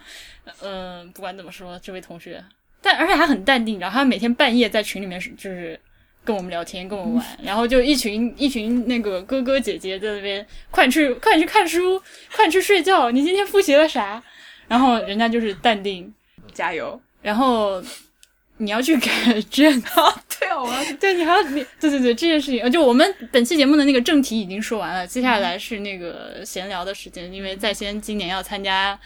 A: 嗯、不管怎么说，这位同学，但而且还很淡定，然后他每天半夜在群里面是就是跟我们聊天，跟我们玩，然后就一群一群那个哥哥姐姐在那边，快去快去看书，快去睡觉，你今天复习了啥？然后人家就是淡定，
B: 加油！
A: 然后你要 去改正，
B: 对啊，我要 是
A: 对你还要你 对对对这件事情，呃就我们本期节目的那个正题已经说完了，接下来是那个闲聊的时间，因为在先今年要参加。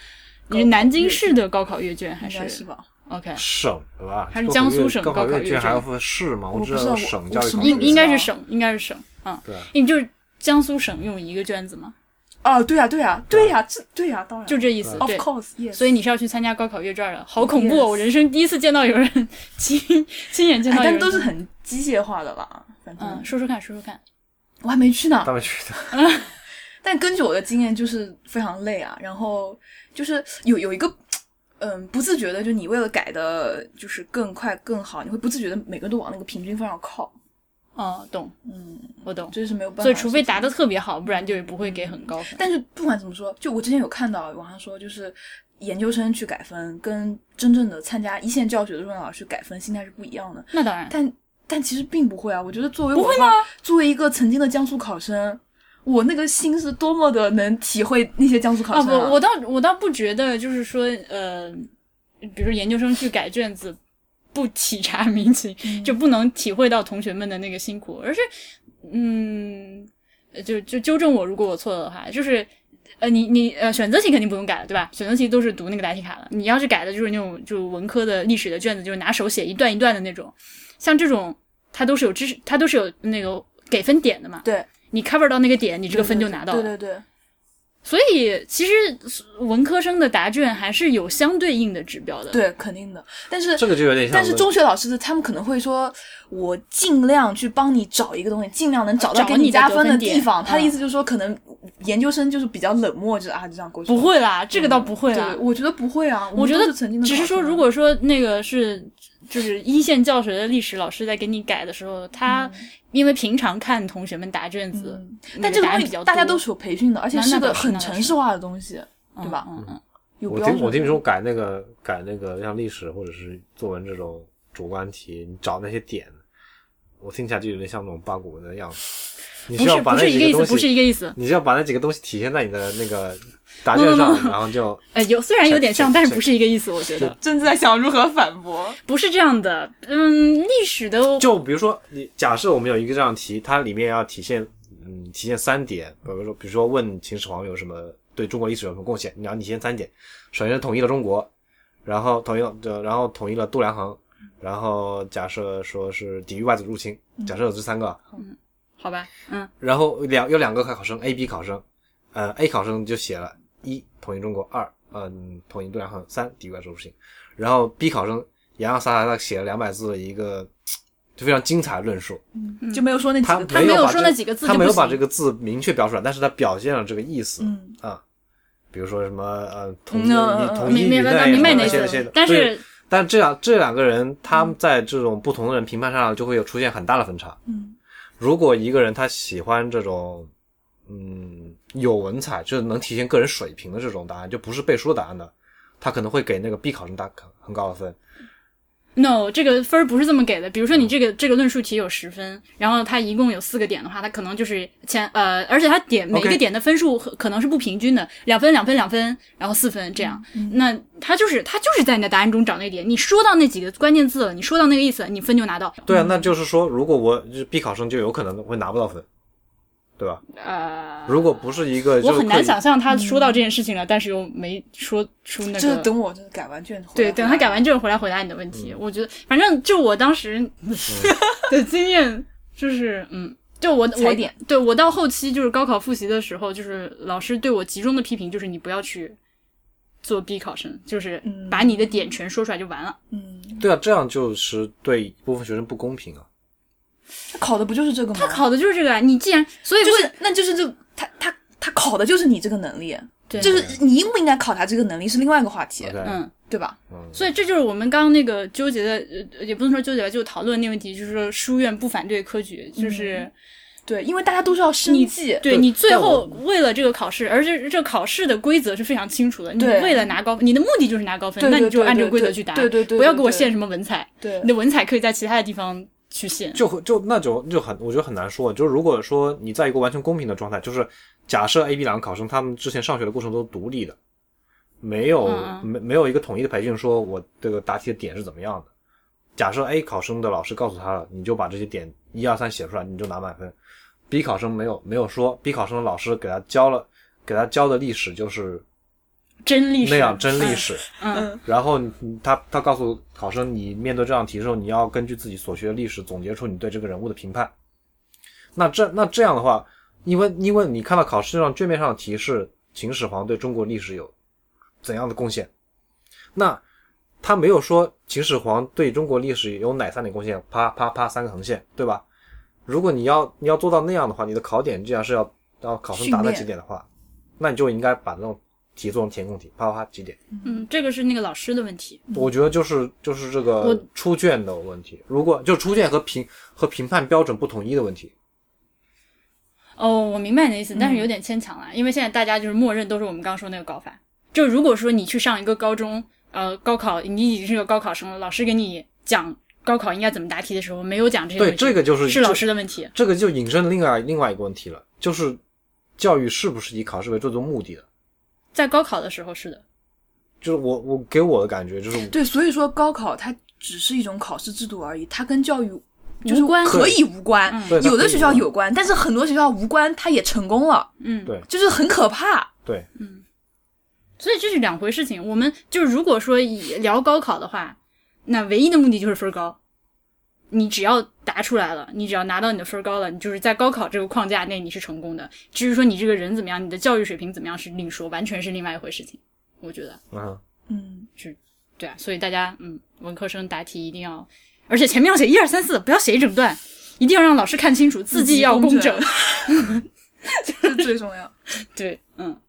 A: 你是南京市的高考阅卷还
B: 应该
A: 是
B: 是吧？
A: OK，
C: 省的吧？
A: 还是江苏省
C: 高考
A: 高考
C: 阅
A: 阅
C: 卷还要
A: 卷
C: 分市吗？
B: 我
C: 知
B: 不知
C: 道
B: 道
C: 有
B: 我
C: 省
B: 我
C: 教育
B: 是
C: 考
B: 那
C: 试
A: 应
B: 个
A: 应该是
B: 啊
A: 省，应该是省啊，
C: 对，
A: 因为就是江苏省用一个卷子嘛，
B: 啊，对呀，对呀，对呀，这对呀，当然，
A: 就这意思。
B: of
A: 对，
B: course，yes。
A: 所以你是要去参加高考阅卷了，好恐怖、哦！
B: Yes
A: 我人生第一次见到有人亲 亲眼见
B: 哎
A: 到有
B: 但
A: 人，
B: 都是很机械化的啦，反正、嗯
A: 嗯，说说看，说说看，
B: 我还没去呢。
C: 他们去的
B: 但根据我的经验，就是非常累啊。然后就是有有一个，嗯，不自觉的，就你为了改的，就是更快更好，你会不自觉的每个都往那个平均分上靠。
A: 哦，懂，
B: 嗯，
A: 我懂。
B: 这是没有办法。
A: 所以除非答的，特别好，不然就也不会给很高分。
B: 但是不管怎么说，就我之前有看到网上说，就是研究生去改分，跟真正的参加一线教学的重要老师改分心态是不一样的。
A: 那当然，
B: 但但其实并不会啊。我觉得作为我的话，作为一个曾经的江苏考生，我那个心是多么的能体会那些江苏考
A: 啊，
B: 生
A: 不，
B: 啊、
A: 我倒我倒不觉得，就是说，呃，比如说研究生去改卷子，不体察民情，就不能体会到同学们的那个辛苦，而是，嗯，呃就就纠正我，如果我错了的话，就是。呃，你你呃，选择题肯定不用改了，对吧？选择题都是读那个答题卡了。你要是改的就是那种就是文科的历史的卷子，就是拿手写一段一段的那种，像这种它都是有知识，它都是有那个给分点的嘛。
B: 对，
A: 你 cover 到那个点，你这
B: 这
A: 个分就拿到了。
B: 对对对，
A: 所以其实文科生的答卷还是有相对应的指标的。，
B: 对，肯定的。但是
C: 这个就有点像
B: 但是
C: 问
B: 中学老师的他们可能会说，我尽量去帮你找一个东西，尽量能找到
A: 找
B: 给
A: 你的
B: 加
A: 得
B: 分
A: 分
B: 的
A: 点
B: 地方。他的
A: 嗯
B: 意思就是说，可能研究生就是比较冷漠，就是啊，就这样过去。
A: 不，会啦，这个倒不会啦
B: 嗯对，。我觉得不会啊。
A: 我
B: 们
A: 觉
B: 都
A: 得
B: 是曾经的
A: 只是
B: 考
A: 说，
B: 生啊
A: 如果说那个是就是一线教学的历史老师在给你改的时候，他因为平常看同学们答卷子，那
B: 嗯但这个
A: 答案
B: 东
A: 比
B: 西
A: 较
B: 大家
A: 多
B: 都是有培训的，而且
A: 那
B: 是
A: 那
B: 个
A: 倒是
B: 很
A: 那倒
B: 城
A: 是
B: 市化的东西，对吧？
A: 嗯嗯
B: 有
C: 我
B: 标准
C: 听我听
B: 的
C: 说改那个改那个像历史或者是作文这种主观题，你找那些点，我听起来就有点像那种八股文的样子。你
A: 嗯，不
C: 要
A: 是
C: 把
A: 不
C: 那
A: 是一
C: 几
A: 个意
C: 东
A: 思，
C: 西，
A: 不是一个意思。
C: 你是要把那几个东西体现在你的那个答
A: 不
C: 卷
A: 不
C: 上，
A: 不
C: 然后就
A: 呃，有虽然有点像，
C: 这
A: 但是
C: 这
A: 不是一个意思。我觉得
B: 正在想如何反驳。
A: 不是这样的。嗯，历史的
C: 就比如说你假设我们有一个这样题，它里面要体现嗯体现三点，比如说比如说问秦始皇有什么对中国历史有什么贡献，然后你先三点，首先是统一了中国，然后统一了呃然后统一了度量衡，然后假设说是抵御外族入侵，假设有这三个，
A: 好吧，嗯，
C: 然后两有两个考生 A、B 考生，呃 A 考生就写了一统一中国，二嗯统一度量衡，三抵御外族入侵，然后 B 考生洋洋洒洒的写了两百字的一个就非常精彩的论述。
A: 嗯
B: 就没有说那几
C: 他
B: 个
A: 他
C: 没
A: 没有
C: 把
A: 说
C: 这
A: 那几个字
C: 他
A: 就
C: 没
A: 不
C: 有把
A: 行
C: 这个字明确表述出来，但是他表现了这个意思。
B: 嗯
C: 啊，比如说什么呃，统一
B: 嗯嗯嗯
C: 统一
A: 明
C: 语
A: 明白
C: 内
A: 明白
C: 什
A: 你
C: 么
A: 的
C: 那
A: 意
C: 些那
A: 思
C: 些，，
A: 但
C: 对
A: 是嗯
C: 但这两这两个人，他们在这种不同的人评判上就会有出现很大的分差。
B: 嗯，
C: 如果一个人他喜欢这种。嗯，有文采就是能体现个人水平的这种答案，就不是背书答案的，他可能会给那个 B 考生打很很高的分。
A: No，这个分儿不是这么给的。比如说
C: 嗯
A: 你这个、这个论述题有十分，然后它一共有四个点的话，它可能就是前呃，而且它点每
C: OK
A: 一个点的分数和可能是不平均的，两分两分两分，然后四分这样。
C: 嗯
A: 那它就是它就是在你的答案中找那点，你说到那几个关键字了，你说到那个意思了，你分就拿到。
C: 对啊，那就是说，如果我就是 B 考生就有可能会拿不到分，对吧？
A: 呃，
C: 如果不是一个，
A: 我很难
C: 想。
A: 想象他说到这件事情了，但是又没说出那个。
B: 就是等我就是改完卷子回来，
A: 对，
B: 嗯
A: 等他改完卷回来回答你的问题。我觉得，反正就我当时的经验就是，嗯，就我
B: 踩
A: 我
B: 点
A: 对我到后期就是高考复习的时候，就是老师对我集中的批评就是你不要去做 B 考生，就是
B: 嗯
A: 把你的点全说出来就完了。
B: 嗯，
C: 对啊，这样就是对一部分学生不公平啊。
B: 他考的不就是这个吗？
A: 他考的就是这个啊，你既然所以
B: 嗯就
A: 为
B: 是那就是这他他他考的就是你这个能力，
A: 对
B: 就是你应不应该考他这个能力是另外一个话题，
C: OK，
A: 嗯，
B: 对吧？
C: 嗯，
A: 所以这就是我们刚刚那个纠结的，呃，也不能说纠结吧，就讨论那个问题，就是说书院不反对科举，
B: 嗯
A: 就是。
B: 对，因为大家都是要生计，
A: 对
C: 对
A: 你最
C: 但
A: 后
C: 我
A: 为了这个考试，而且这考试的规则是非常清楚的。你
B: 对
A: 为了拿高分，你的目的就是拿高分，
B: 对
A: 那
B: 对
A: 你就
B: 对
A: 按这个
B: 对
A: 规则
B: 对
A: 去答，
B: 对对对
A: 不要
B: 对
A: 给我
B: 对
A: 限什么文采，
B: 对
A: 你的文采可以在其他的地方去限。
C: 就会就那就就很，我觉得很难说。就是如果说你在一个完全公平的状态，就是假设 A、B 两个考生他们之前上学的过程都是独立的，没有
A: 嗯
C: 没没有一个统一的培训，说我这个答题的点是怎么样的。假设 A 考生的老师告诉他了，你就把这些点一二三写出来，你就拿满分。B 考生没有没有说，B 考生的老师给他教了，给他教的历史就是
A: 真历史
C: 那样真历史。
A: 嗯
C: 然后你你他他告诉考生，你面对这样题的时候，你要根据自己所学的历史总结出你对这个人物的评判。那这那这样的话，因为因为你看到考试上卷面上的题是秦始皇对中国历史有怎样的贡献，那他没有说秦始皇对中国历史有哪三点贡献，啪啪啪三个横线，对吧？如果你要你要做到那样的话，你的考点既然是要让考生达到
B: 训练
C: 几点的话，那你就应该把那种题做成填空题，啪啪啪几点。
A: 嗯，这个是那个老师的问题。
C: 我觉得就是就是这个
A: 我
C: 出卷的问题，如果就出卷和评和评判标准不统一的问题，
A: 哦，我明白你的意思，
B: 嗯
A: 但是有点牵强啦，因为现在大家就是默认都是我们刚说那个搞法。就如果说你去上一个高中，呃，高考你已经是个高考生了，老师给你讲高考应该怎么答题的时候，没有讲这些
C: 对
A: 问题
C: 这个就是
A: 是老师的问题。
C: 这个就引申另外另外一个问题了，就是教育是不是以考试为最终目的的？
A: 在高考的时候是的，
C: 就是我我给我的感觉就是
B: 对，所以说高考它只是一种考试制度而已，它跟教育就是
A: 无关
B: 可以无关
A: 嗯，
C: 对它
B: 有的
C: 可以
B: 学校
C: 无关
B: 有关，但是很多学校无关，它也成功了，
A: 嗯，
C: 对
B: 就是很可怕。
C: 对
A: 所以这是两回事情。我们就是如果说以聊高考的话，那唯一的目的就是分儿高。你只要答出来了，你只要拿到你的分儿高了，你就是在高考这个框架内你是成功的。至于说你这个人怎么样，你的教育水平怎么样是另说，完全是另外一回事情。我觉得，
C: 嗯，
B: 嗯，
A: 对啊，所以大家嗯，文科生答题一定要，而且前面要写一二三四，不要写一整段，一定要让老师看清楚，字迹要工
B: 工
A: 整
B: 整。这是最 重要。
A: 对，嗯。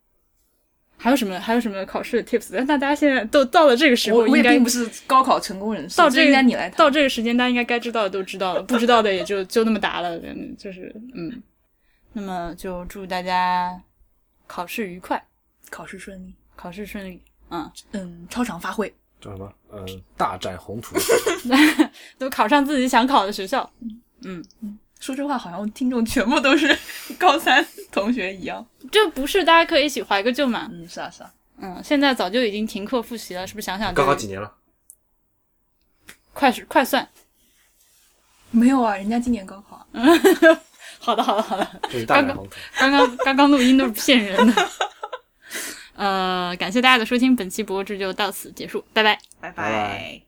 A: 还有什么？还有什么考试的 tips？那大家现在都到了这个时候，
B: 我
A: 应
B: 也
A: 该
B: 并不是高考成功人士，
A: 到
B: 这
A: 这
B: 应
A: 个
B: 该你来谈。
A: 到这个时间，大家应该该知道的都知道了，不知道的也就就那么答了，嗯就是嗯。那么就祝大家考试愉快，
B: 考试顺利，
A: 考试顺利。嗯，
B: 嗯，超常发挥。
C: 叫什么？嗯，大展宏图。
A: 都考上自己想考的学校。
B: 说这话好像听众全部都是 高三同学一样。
A: 这不是大家可以一起怀个旧嘛？
B: 嗯，是啊，是啊。
A: 嗯，现在早就已经停课复习了，是不是？想想
C: 高考
A: 就
C: 几年了？
A: 快快算。
B: 没有啊，人家今年高考啊，
A: 好的，好的，好的。
C: 就是大展宏图。
A: 刚刚刚刚录音都是骗人的。 呃，感谢大家的收听，本期博智就到此结束，拜拜。
B: 拜
C: 拜拜